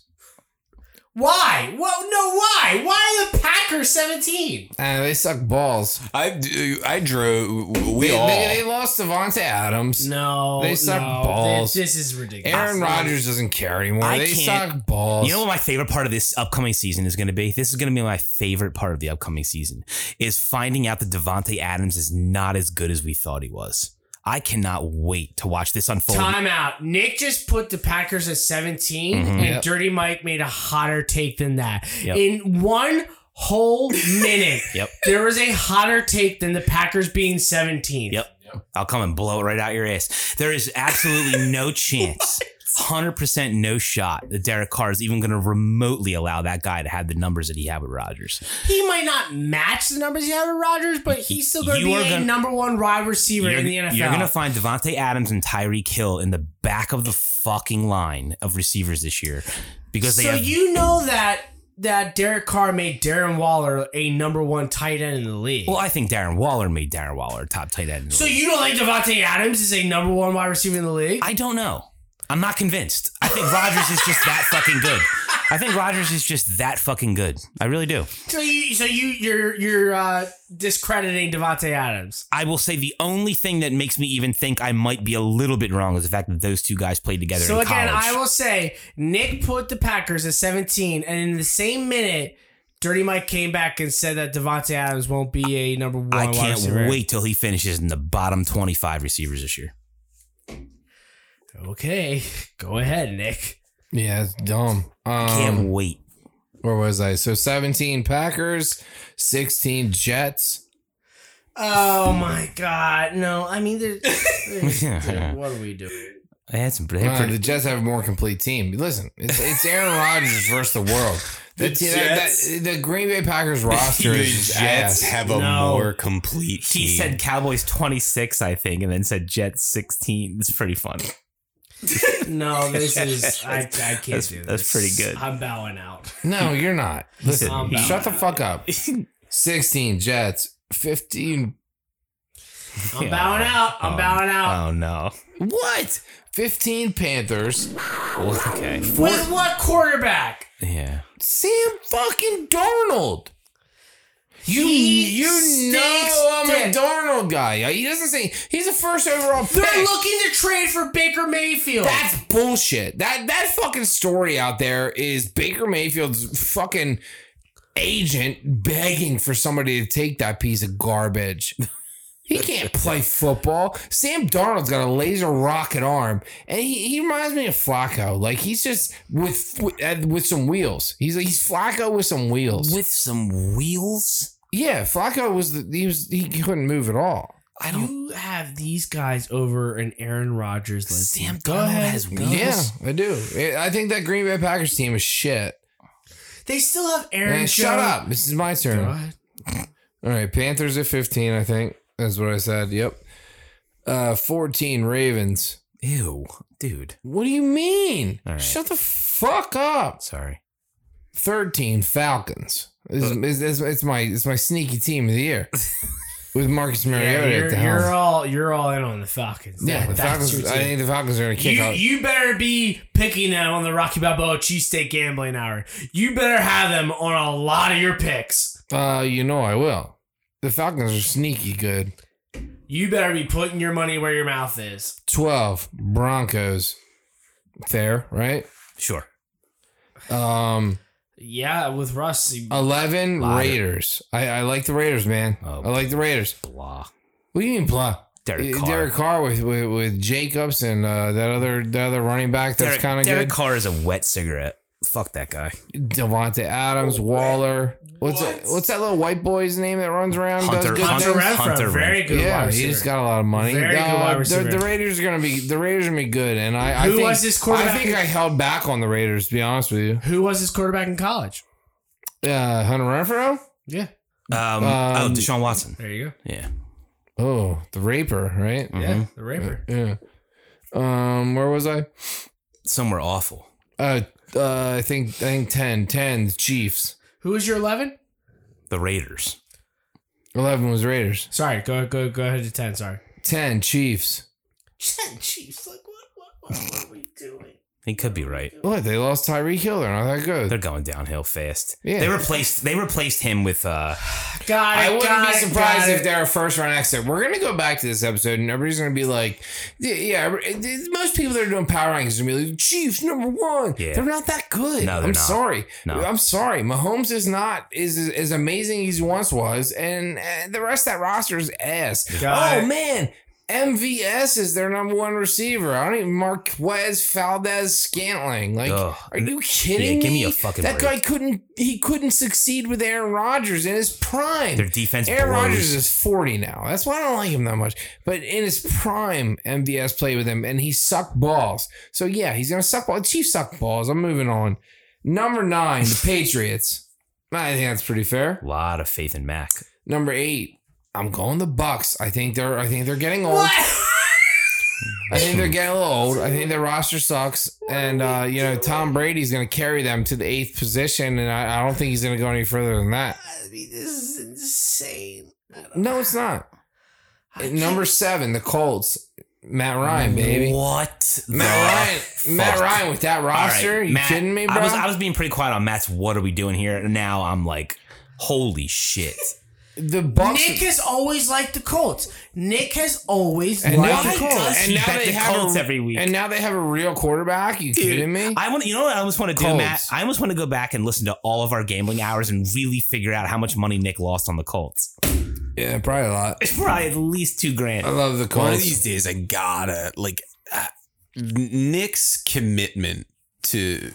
S2: Why? Well, no, why? Why are the Packers 17?
S6: Ah, they suck balls.
S1: I I drove. We
S6: They,
S1: all.
S6: they, they lost Devonte Adams.
S2: No.
S6: They suck
S2: no,
S6: balls.
S2: This, this is ridiculous.
S6: Aaron Rodgers doesn't care anymore.
S7: I
S6: they
S7: can't-
S6: suck balls.
S7: You know what my favorite part of this upcoming season is going to be? This is going to be my favorite part of the upcoming season is finding out that Devonte Adams is not as good as we thought he was. I cannot wait to watch this unfold.
S2: Timeout. Nick just put the Packers at 17, and
S6: Mm-hmm. Yep.
S2: Dirty Mike made a hotter take than that.
S7: Yep.
S2: In one whole minute,
S7: Yep.
S2: there was a hotter take than the Packers being 17.
S7: Yep. I'll come and blow it right out your ass. There is absolutely no chance, 100% no shot that Derek Carr is even going to remotely allow that guy to have the numbers that he had with Rodgers.
S2: He might not match the numbers he had with Rodgers, but he's still going to
S7: You
S2: be
S7: are
S2: a
S7: gonna-
S2: number one wide receiver in the NFL.
S7: you're gonna find Devonte Adams and Tyreek Hill in the back of the fucking line of receivers this year because they
S2: so
S7: have
S2: you know that that Derek Carr made Darren Waller a number one tight end in the league.
S7: Well, I think Darren Waller made Darren Waller a top tight end. in the
S2: so
S7: league.
S2: you don't think Devontae Adams is a number one wide receiver in the league?
S7: I don't know. I'm not convinced. I think Rodgers is just that fucking good. I think Rodgers is just that fucking good. I really do.
S2: So you, so you, you're you're uh, discrediting Devontae Adams.
S7: I will say the only thing that makes me even think I might be a little bit wrong is the fact that those two guys played together.
S2: So
S7: in
S2: again,
S7: college.
S2: I will say Nick put the Packers at 17, and in the same minute, Dirty Mike came back and said that Devontae Adams won't be a number one.
S7: I
S2: wide
S7: can't
S2: receiver.
S7: wait till he finishes in the bottom 25 receivers this year.
S2: Okay, go ahead, Nick.
S6: yeah, it's dumb. Um,
S7: Can't wait.
S6: Where was I? So 17 Packers, 16 Jets.
S2: Oh my God, no! I mean, there's, there's- what are we doing?
S7: I had some.
S6: Wow, uh, the Jets have a more complete team. Listen, it's, it's Aaron Rodgers versus the world. The,
S1: The
S6: team- that- that- the Green Bay Packers roster
S1: the
S6: is just
S1: Jets
S6: ass.
S1: have a
S2: No.
S1: more complete team.
S7: He said Cowboys 26, I think, and then said Jets 16. It's pretty funny.
S2: No, this is I, I can't
S7: That's-
S2: do this.
S7: that's pretty good.
S2: I'm bowing out.
S6: No, you're not. Listen,
S2: said he-
S6: shut the fuck up. 16 Jets, 15
S2: I'm bowing out. I'm
S6: Um,
S2: bowing out.
S7: Oh, no.
S6: what? 15 Panthers,
S7: Okay.
S2: With what quarterback?
S7: Yeah.
S6: Sam fucking Darnold. You
S2: He
S6: you know I'm
S2: stinks
S6: a Darnold guy. He doesn't say he's a first overall pick.
S2: They're looking to trade for Baker Mayfield.
S6: That's bullshit. That that fucking story out there is Baker Mayfield's fucking agent begging for somebody to take that piece of garbage. He can't play football. Sam Darnold's got a laser rocket arm, and he, he reminds me of Flacco. Like he's just with with, uh, with some wheels. He's he's Flacco with some wheels.
S7: With some wheels?
S6: yeah, Flacco was the, he was he couldn't move at all.
S7: I don't.
S2: you have these guys over an Aaron Rodgers. led team.
S7: Sam Darnold has wheels.
S6: Yeah, I do. I I think that Green Bay Packers team is shit.
S2: They still have Aaron.
S6: Man, shut
S2: Jones.
S6: up. This is my turn. All right, Panthers at 15, I think. That's what I said. Yep. Uh 14 Ravens.
S7: Ew. Dude.
S6: What do you mean?
S7: All right.
S6: Shut the fuck up.
S7: Sorry.
S6: 13 Falcons. This is- this is- it's my it's my sneaky team of the year. With Marcus
S2: Yeah,
S6: Mariota at
S2: you're,
S6: the
S2: you're
S6: helm.
S2: all you're all in on the Falcons.
S6: Yeah, the
S2: That- that's
S6: Falcons,
S2: your
S6: I
S2: team.
S6: think the Falcons are going to kick
S2: You,
S6: out.
S2: you better be picking them on the Rocky Balboa Cheesesteak Gambling Hour. You better have them on a lot of your picks.
S6: uh, you know I will. The Falcons are sneaky good.
S2: You better be putting your money where your mouth is.
S6: 12 Broncos. Fair, right?
S7: Sure.
S6: Um
S2: Yeah, with Russ. you-
S6: Uh, 11
S7: Liar.
S6: Raiders. I, I like the Raiders, man.
S7: Oh.
S6: I like the Raiders.
S7: Blah.
S6: What do you mean, blah?
S7: Derek
S6: Uh,
S7: Carr.
S6: Derek Carr with, with, with Jacobs and uh, that other that other running back that's
S7: Derek,
S6: kind of
S7: Derek
S6: good.
S7: Carr is a wet cigarette. Fuck that guy.
S6: Devonte
S7: Oh,
S6: Adams, Waller. What's that, what's that little white boy's name that runs around? does
S7: Hunter-
S6: good
S2: Hunter
S6: things?
S2: Renfro,
S7: Hunter
S2: very good.
S6: Yeah,
S2: wide
S6: he
S2: receiver.
S6: just got a lot of money.
S2: Very good wide
S6: the-
S2: receiver.
S6: The, Raiders are gonna be the Raiders are gonna be good, and I, I
S2: Who
S6: think,
S2: was this quarterback?
S6: I think I held back on the Raiders. To be honest with you,
S2: Who was his quarterback in college?
S6: uh, Hunter Renfro.
S2: Yeah,
S7: Um, oh,
S6: Um,
S7: Deshaun Watson.
S2: there you go.
S7: Yeah.
S6: Oh, the Raper, right?
S2: Yeah, the
S7: Mm.
S2: Raver.
S6: Yeah. Um, where was I?
S7: Somewhere awful.
S6: Uh, uh, I think I think 10, 10 the Chiefs.
S2: Who was your eleven?
S7: The Raiders.
S6: Eleven was Raiders.
S2: Sorry, go go go ahead to ten. Sorry.
S6: Ten Chiefs.
S2: Chiefs, like what, what, what, what are we doing?
S7: He could be right.
S6: What they lost Tyreek Hill. They're not that good.
S7: They're going downhill fast.
S6: Yeah.
S7: They replaced they replaced him with uh
S2: Got it.
S6: I wouldn't
S2: got
S6: be
S2: it,
S6: surprised
S2: got
S6: if
S2: it.
S6: they're a first round exit. We're gonna go back to this episode, and everybody's gonna be like, "Yeah, yeah." every- Most people that are doing power rankings are gonna be like, "Chiefs number one."
S7: Yeah.
S6: They're not that good.
S7: No, they're
S6: I'm
S7: not.
S6: sorry.
S7: No.
S6: I'm sorry. Mahomes is not is as amazing as he once was, and uh, the rest of that roster is ass.
S2: Got
S6: oh
S2: it.
S6: man. MVS is their number one receiver. I don't even Marquez Valdez Scantling. Like,
S7: Ugh.
S6: are you kidding
S7: Yeah,
S6: me?
S7: give me a fucking
S6: that
S7: break.
S6: guy couldn't. He couldn't succeed with Aaron Rodgers in his prime.
S7: their defense.
S6: Aaron
S7: blows.
S6: Rodgers is 40 now. That's why I don't like him that much. But in his prime, MVS played with him and he sucked balls. So yeah, he's gonna suck balls. Chiefs suck balls. I'm moving on. Number nine, the Patriots. I think that's pretty fair.
S7: a lot of faith in Mac.
S6: Number eight, I'm going the Bucks. I think they're I think they're getting old. I think they're getting a little old. I think their roster sucks. And uh, you know, Tom Brady's gonna carry them to the eighth position, and I, I don't think he's gonna go any further than that.
S2: I mean, this is insane.
S6: No, it's not. At number seven, the Colts. Matt Ryan, baby.
S7: What?
S6: Matt
S7: the
S6: Ryan. Matt
S7: fuck?
S6: Ryan with that
S7: All right,
S6: roster. you
S7: Matt,
S6: kidding me, bro?
S7: I was, I was being pretty quiet on Matt's. What are we doing here? Now I'm like, holy shit.
S6: the Bucks.
S2: Nick has always liked the Colts. Nick has always
S6: and now,
S2: liked
S6: they,
S2: the Colts.
S6: and
S7: He
S6: now
S7: bet
S6: they
S7: the
S6: have
S7: Colts
S6: a,
S7: every week.
S6: And now they have a real quarterback. You kidding me?
S7: I want you know what I almost want to do,
S6: Colts.
S7: Matt. I almost want to go back and listen to all of our gambling hours and really figure out how much money Nick lost on the Colts.
S6: yeah, probably a lot.
S7: It's probably at least two grand.
S6: I love the
S1: One of
S6: Colts.
S1: these days, I gotta like uh, Nick's commitment to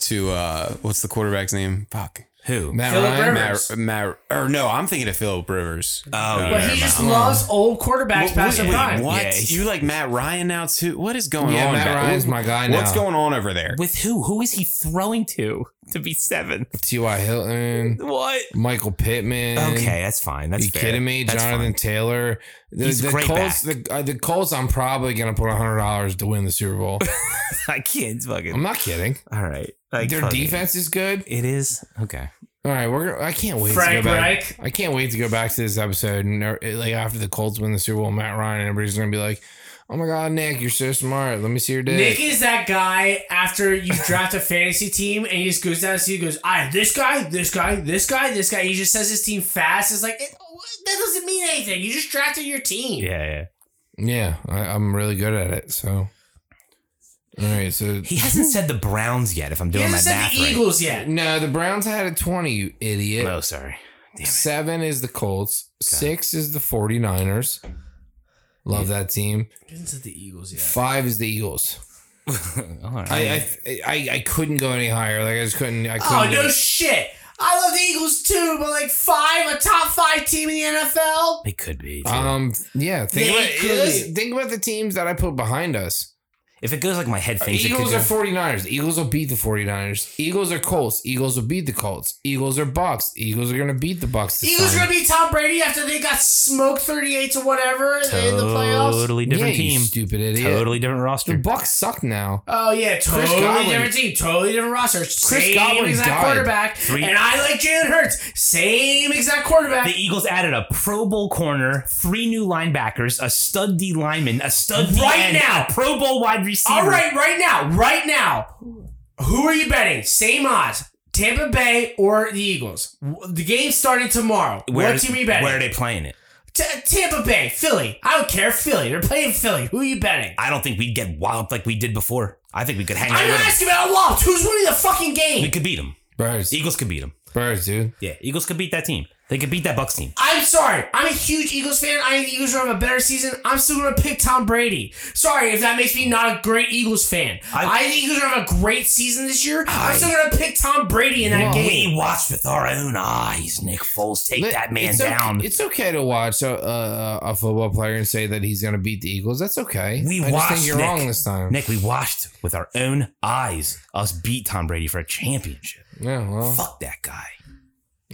S1: to uh what's the quarterback's name? Fuck.
S7: Who?
S6: Matt
S2: Phillip
S6: Ryan.
S2: Rivers.
S1: Matt, Matt, or no, I'm thinking of Philip Rivers.
S7: Oh,
S2: But
S7: yeah,
S2: he just
S7: Matt.
S2: loves old quarterbacks past their
S1: wait,
S2: prime.
S1: what?
S7: Yeah, he's-
S1: you like Matt Ryan now too? What is going
S6: Yeah,
S1: on?
S6: Matt Ryan's my guy now.
S1: What's going on over there?
S7: with who? Who is he throwing to to be seventh?
S6: T.Y. Hilton,
S7: What?
S6: Michael Pittman.
S7: Okay, that's fine. That's
S6: you
S7: fair.
S6: kidding me?
S7: That's
S6: Jonathan
S7: fine.
S6: Taylor. The,
S7: He's
S6: the
S7: a great
S6: Colts. The, uh, the Colts. I'm probably gonna put hundred dollars to win the Super Bowl.
S7: I can't fucking.
S6: I'm not kidding.
S7: All right. Like,
S6: Their
S7: fuck it.
S6: defense is good.
S7: It is okay.
S6: All right, we're. I can't wait
S2: Frank
S6: to go back.
S2: Reich.
S6: I can't wait to go back to this episode and uh, like after the Colts win the Super Bowl, Matt Ryan and everybody's gonna be like, "Oh my God, Nick, you're so smart. Let me see your dick."
S2: Nick is that guy after you draft a fantasy team and he just goes down and he goes, I have this guy, this guy, this guy, this guy. He just says his team fast. It's like, it, that doesn't mean anything. You just drafted your team.
S7: yeah.
S6: yeah, I, I'm really good at it. So, all right, so
S7: He hasn't said the Browns yet. If I'm
S2: He
S7: doing my
S2: hasn't said
S7: math
S2: the Eagles yet.
S6: no, the Browns had a twenty, you idiot.
S7: right. Oh, sorry. Damn it.
S6: Seven is the Colts. Six is the 49ers. Love that team.
S2: He hasn't said the Eagles yet.
S6: Five is the Eagles.
S7: All right.
S6: I I, I I couldn't go any higher. Like I just couldn't. I couldn't.
S2: Oh,
S6: do
S2: no
S6: it.
S2: shit. I love the Eagles too, but like five, a top five team in the NFL.
S7: it could be. too.
S6: Um. Yeah. Think
S2: They
S6: about,
S2: could.
S6: listen, think about the teams that I put behind us.
S7: if it goes like my head thinks,
S6: Eagles
S7: it
S6: are
S7: could go.
S6: 49ers. The Eagles will beat the 49ers. Eagles are Colts. Eagles will beat the Colts. Eagles are Bucks. Eagles are going to beat the Bucks. This
S2: Eagles are
S6: time.
S2: gonna be Tom Brady after they got smoked thirty-eight to whatever in the playoffs.
S7: totally different
S6: yeah, you
S7: team.
S6: stupid idiot.
S7: Totally different
S6: The
S7: roster.
S6: Bucks suck now.
S2: Oh yeah, totally
S6: Godwin.
S2: different team, totally different roster, same
S6: Godwin
S2: exact
S6: died.
S2: quarterback, and I like Jalen Hurts, same exact quarterback.
S7: The Eagles added a Pro Bowl corner, three new linebackers, a stud D lineman, a stud D
S2: Right
S7: end,
S2: now.
S7: a Pro Bowl wide receiver.
S2: All right, right now, right now, who are you betting? Same odds, Tampa Bay or the Eagles. W- The game's starting tomorrow. what team are you betting?
S7: Where are they playing it?
S2: T- Tampa Bay, Philly. I don't care, Philly. They're playing Philly. Who are you betting?
S7: I don't think we'd get wild like we did before. I think we could hang
S2: I'm
S7: out
S2: not
S7: with them.
S2: asking about lost. Who's winning the fucking
S7: We
S2: game?
S7: could beat them.
S6: Birds.
S7: Eagles could beat them.
S6: Birds, dude.
S7: Yeah, Eagles could beat that team. They could beat that Bucks team.
S2: I'm sorry. I'm a huge Eagles fan. I think the Eagles will have a better season. I'm still going to pick Tom Brady. Sorry if that makes me not a great Eagles fan. I,
S7: I-
S2: think Eagles will have a great season this year. I, am still going to pick Tom Brady in that game.
S7: We watched with our own eyes Nick Foles take
S6: Look,
S7: that man
S6: it's okay-
S7: down.
S6: it's okay to watch a, a, a football player and say that he's going to beat the Eagles. That's okay.
S7: We
S6: I just
S7: watched
S6: think you're
S7: Nick.
S6: wrong this time.
S7: Nick, we watched with our own eyes us beat Tom Brady for a championship.
S6: Yeah, well.
S7: Fuck that guy.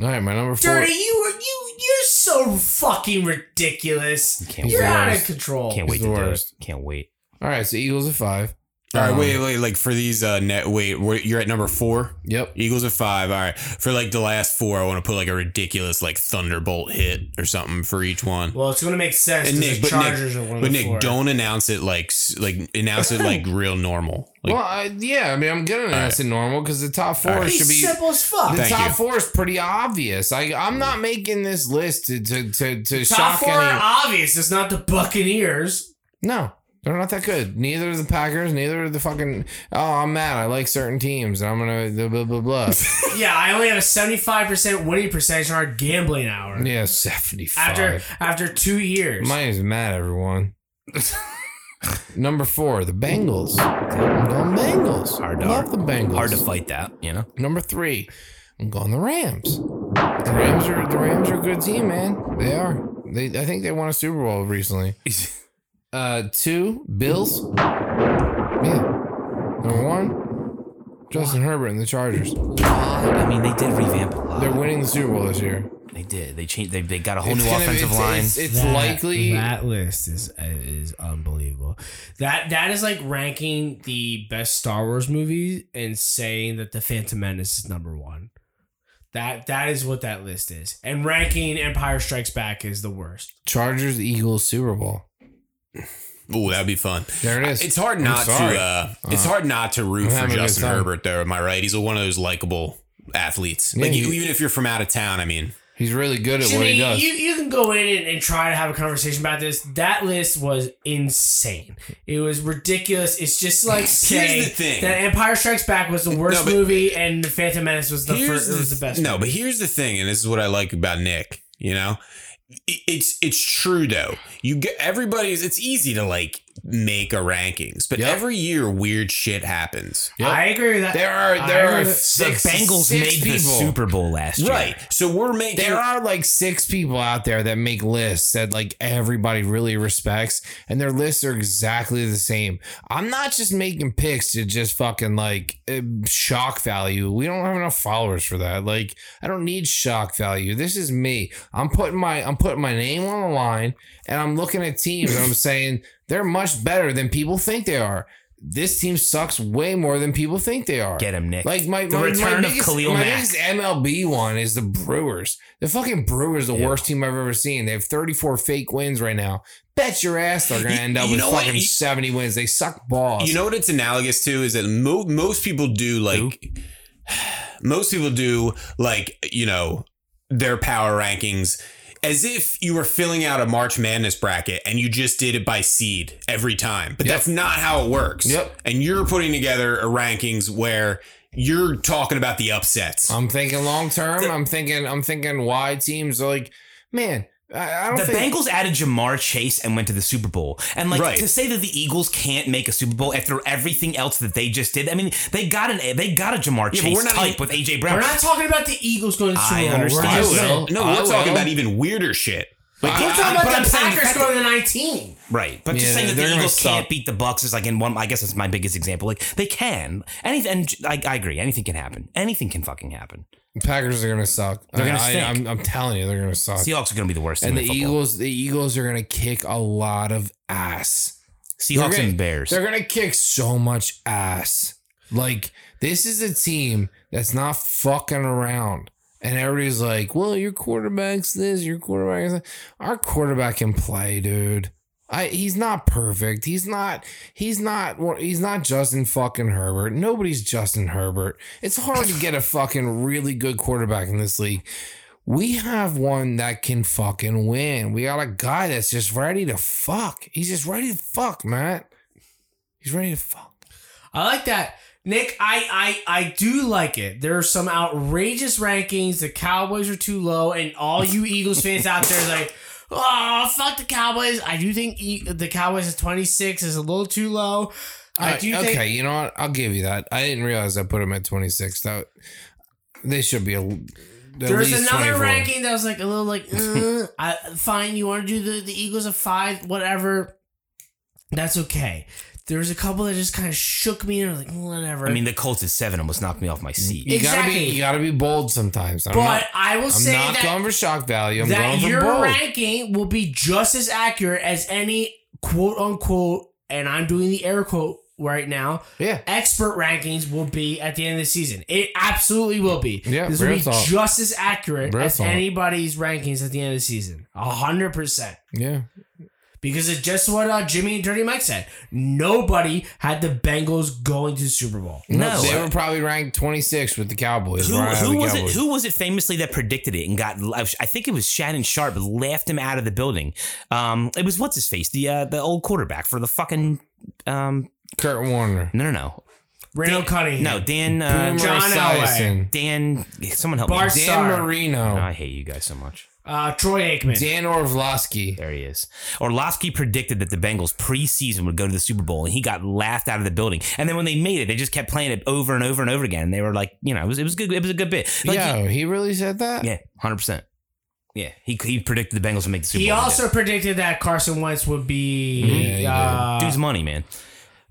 S6: All right, my number four.
S2: Dirty, you are you you're so fucking ridiculous.
S7: Can't
S2: you're
S7: wait.
S2: out of control.
S7: Can't wait
S6: the
S7: to do it.
S6: worst.
S7: Can't wait.
S6: All right, so Eagles at five.
S1: All right,
S7: um,
S1: wait, wait. Like for these uh, net, wait, what- you're at number four.
S6: Yep.
S1: Eagles at five. All right, for like the last four, I want to put like a ridiculous like thunderbolt hit or something for each one.
S2: Well, it's going to make sense.
S1: And
S2: 'cause
S1: Nick,
S2: the
S1: but
S2: Chargers are
S1: Nick,
S2: one of
S1: but
S2: the
S1: Nick,
S2: four.
S1: don't announce it like s- like announce it like real normal. Like,
S6: well, I, yeah, I mean, I'm gonna announce it normal because the top four
S1: right.
S6: should
S2: He's
S6: be
S2: simple as fuck.
S6: the
S1: Thank
S6: top
S1: you.
S6: four is pretty obvious. I I'm not making this list to to to, to
S2: Top
S6: shock
S2: four
S6: any.
S2: are obvious. It's not the Buccaneers.
S6: no, they're not that good. Neither are the Packers. Neither are the fucking. Oh, I'm mad. I like certain teams. And I'm gonna blah blah blah. blah.
S2: Yeah, I only have a seventy-five percent winning percentage on our gambling hour.
S6: yeah, seventy five.
S2: After after two years,
S6: My name's Matt, everyone. Number four, the Bengals. I'm going Bengals.
S7: Hard to-
S6: Love the Bengals.
S7: Hard to fight that, you know?
S6: Number three, I'm going the Rams. The Rams are the Rams are a good team, man. They are. They I think they won a Super Bowl recently. Uh, two Bills. Yeah. Number one, Justin Herbert and the Chargers.
S7: I mean, they did revamp a lot.
S6: They're winning the Super Bowl this year.
S7: They did. They changed. They, they got a whole
S6: It's
S7: new
S6: gonna-
S7: offensive
S6: it's-
S7: line.
S6: It's, it's
S2: That-
S6: likely.
S2: that list is is unbelievable. That that is like ranking the best Star Wars movies and saying that the Phantom Menace is number one. That that is what that list is, and ranking Empire Strikes Back is the worst.
S6: Chargers Eagles Super Bowl.
S1: ooh, that'd be fun.
S6: There it is.
S1: It's hard
S6: I'm
S1: not to.
S6: sorry.
S1: Uh, it's hard not to root
S6: I'm
S1: for
S6: having a good
S1: Justin
S6: time.
S1: Herbert, though. Am I right? He's one of those likable athletes.
S6: Yeah,
S1: like you,
S6: he-
S1: even if you're from out of town, I mean,
S6: He's really good at what
S2: Jimmy,
S6: he does.
S2: you, you can go in and, and try to have a conversation about this. That list was insane. It was ridiculous. It's just like
S1: the
S2: saying
S1: thing.
S2: that Empire Strikes Back was the worst
S1: but-
S2: movie and the Phantom Menace was the
S1: Here's
S2: first, was the best.
S1: No, but here's the thing, and this is what I like about Nick. You know, I- it's it's true though. You get everybody's. It's easy to like make a rankings, but
S6: Yep.
S1: every year weird shit happens.
S6: Yep.
S2: I agree with that.
S6: There are there
S2: I-
S6: are
S2: the
S7: the
S6: six,
S7: Bengals
S6: six
S7: made
S6: people.
S7: the Super Bowl last year.
S1: Right. So we're making.
S6: There are like six people out there that make lists that like everybody really respects, and their lists are exactly the same. I'm not just making picks to just fucking like eh, shock value. We don't have enough followers for that. Like I don't need shock value. This is me. I'm putting my I'm putting my name on the line, and I'm looking at teams and I'm saying they're much better than people think they are. This team sucks way more than people think they are.
S7: Get him, Nick.
S6: Like my
S7: The
S6: my,
S7: return
S6: my
S7: of
S6: biggest,
S7: Khalil
S6: my
S7: Mack.
S6: biggest MLB one is the Brewers. The fucking Brewers, the
S7: Yeah.
S6: worst team I've ever seen. They have 34 fake wins right now. Bet your ass they're gonna
S1: You-
S6: end up
S1: you
S6: with
S1: know what?
S6: fucking
S1: You-
S6: 70 wins. They suck balls.
S1: You know what it's analogous to is that mo- most people do like most people do like you know their power rankings as if you were filling out a March Madness bracket and you just did it by seed every time. But
S6: Yep.
S1: that's not how it works.
S6: Yep.
S1: And you're putting together a rankings where you're talking about the upsets.
S6: I'm thinking long term. I'm thinking I'm thinking why teams are like, man, I, I don't
S7: the
S6: think
S7: Bengals added Jamar Chase and went to the Super Bowl. And like
S1: Right.
S7: to say that the Eagles can't make a Super Bowl after everything else that they just did. I mean, they got an they got a
S1: Yeah,
S7: Jamar
S1: but
S7: Chase
S1: we're not
S7: type
S1: even-
S7: with AJ
S2: We're
S7: Brown.
S2: not talking about the Eagles going to the
S7: I
S2: Super Bowl.
S7: understand.
S2: We're
S6: I
S2: just-
S6: will.
S1: no,
S6: I
S1: we're talking
S6: will.
S1: about even weirder shit. Like,
S2: We're
S6: I-
S2: talking
S7: but
S2: about
S7: I'm
S2: the
S7: saying the
S2: Packers
S7: fact
S2: going to 19.
S7: Right. But
S6: Yeah,
S7: just saying that
S6: they're
S7: the
S6: gonna
S7: Eagles
S6: suck.
S7: can't beat the Bucks is like in one I guess that's my biggest example. Like they can. Anything and I, I agree, anything can happen. Anything can fucking happen.
S6: Packers are gonna suck.
S7: They're gonna
S6: I, am
S7: stink.
S6: I'm telling you, they're gonna suck.
S7: Seahawks are gonna be the worst.
S6: and
S7: team
S6: the
S7: in football.
S6: Eagles, the Eagles are gonna kick a lot of ass.
S7: Seahawks
S6: They're gonna-
S7: and Bears.
S6: They're gonna kick so much ass. Like this is a team that's not fucking around. And everybody's like, "Well, your quarterback's this, your quarterback is that." Our quarterback can play, dude. I, he's not perfect. He's not. He's not. He's not Justin fucking Herbert. Nobody's Justin Herbert. It's hard to get a fucking really good quarterback in this league. We have one that can fucking win. We got a guy that's just ready to fuck. He's just ready to fuck, Matt. He's ready to fuck.
S2: I like that. Nick, I, I I do like it. There are some outrageous rankings. The Cowboys are too low, and all you Eagles fans out there are like, oh fuck the Cowboys. I do think e- the Cowboys at twenty six is a little too low. I
S6: Alright,
S2: do
S6: okay,
S2: think
S6: you know what? I'll give you that. I didn't realize I put them at 26. That they should be a, at
S2: there's
S6: least
S2: another
S6: 24.
S2: ranking that was like a little like, uh, I, fine, you want to do the the Eagles at five, whatever. That's okay. There's a couple that just kind of shook me and I was like, whatever.
S7: I mean, the Colts at seven almost knocked me off my seat.
S6: You gotta
S2: Exactly.
S6: be you gotta be bold sometimes. I'm
S2: but
S6: not,
S2: I will
S6: I'm
S2: say
S6: not
S2: that
S6: going for shock value. I'm
S2: that
S6: going for
S2: your
S6: bold.
S2: ranking will be just as accurate as any quote unquote, and I'm doing the air quote right now,
S6: Yeah.
S2: expert rankings will be at the end of the season. It absolutely will be.
S6: Yeah,
S2: this will be
S6: real talk.
S2: just as accurate
S6: Real
S2: as
S6: talk.
S2: anybody's rankings at the end of the season. A hundred percent.
S6: Yeah.
S2: Because it's just what uh, Jimmy and Dirty Mike said. Nobody had the Bengals going to the Super Bowl.
S7: No,
S6: They were probably ranked 26 with the Cowboys.
S7: who,
S6: right out of
S7: who
S6: the
S7: was it?
S6: Cowboys.
S7: Who was it famously that predicted it and got? I think it was Shannon Sharp laughed him out of the building. Um, it was what's his face, the uh, the old quarterback for the fucking. Um,
S6: Kurt Warner.
S7: no, no, no,
S2: Randall Cunningham.
S7: no. Dan, uh,
S6: Boomer
S2: John Elway.
S6: Esiason,
S7: Dan, someone help
S2: Bar-
S7: me.
S6: Dan
S2: Sorry.
S6: Marino.
S7: Dan, I hate you guys so much.
S2: Uh, Troy Aikman.
S6: Dan Orlovsky.
S7: There he is. Orlovsky predicted that the Bengals preseason would go to the Super Bowl, and he got laughed out of the building. And then when they made it, they just kept playing it over and over and over again. And they were like, you know, it was it was good. It was a good bit. Like,
S6: Yo, he really said that?
S7: yeah, hundred percent. Yeah, he he predicted the Bengals would make the Super
S2: He
S7: Bowl. They
S2: also predicted that Carson Wentz would
S6: Yeah,
S2: be
S6: he
S2: uh,
S7: did. dude's money, man.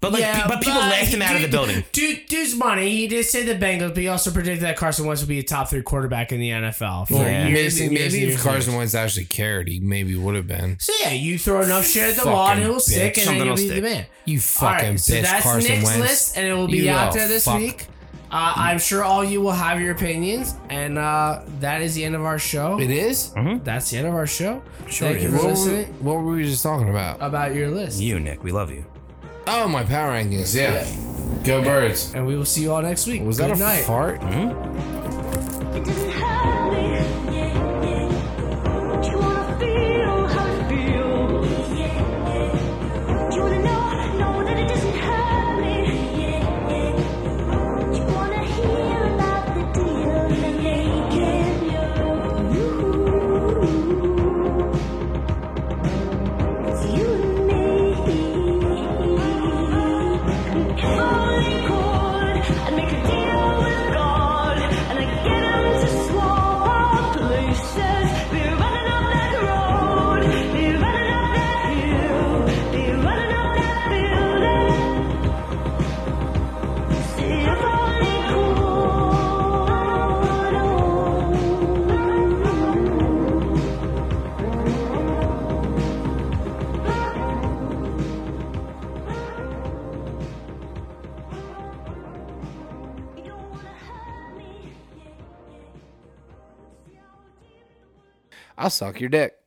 S7: But like,
S2: Yeah,
S7: pe- but people
S2: but
S7: laughed him out of the
S2: dude-
S7: building.
S2: Dude, dude's money. He did say the Bengals, but he also predicted that Carson Wentz would be a top three quarterback in the NFL. For
S7: Yeah.
S2: years
S6: Maybe,
S2: and years and
S6: maybe if
S2: years.
S6: Carson Wentz actually cared, he maybe would have been.
S2: So yeah, you throw enough shit at the wall and
S6: Fucking
S2: it'll stick,
S6: bitch.
S2: and then
S7: Something
S2: you'll be
S7: will
S2: the man.
S6: You fucking bitch,
S2: so that's
S6: Carson
S2: Nick's
S6: Wentz.
S2: list, and it will be
S6: You
S2: out
S6: little
S2: there this
S6: fuck.
S2: week. Uh, I'm sure all you will have your opinions, and uh, that is the end of our show.
S6: It is?
S2: That's the end of our show.
S7: Sure
S2: Thank you for
S7: is.
S6: What were,
S2: listening.
S6: what were we just talking about?
S2: About your list,
S7: You, Nick, we love you.
S6: Oh, my power rankings. Yeah. Go birds.
S2: and we will see you all next week.
S6: Was that
S2: Good
S6: a
S2: night.
S6: fart?
S9: It doesn't hurt me. Yeah, yeah. Do you wanna feel how it feels? Yeah, yeah. Do you wanna know, know that it doesn't hurt me? Yeah, yeah. Do you wanna hear about the deal that they give you? It's you and me. Falling cold, I make a deal with God, and I get into small places. Be running up that road, be running up that hill, be running up that building. See, I'm falling cold. You don't wanna hurt me.
S6: I'll suck your dick.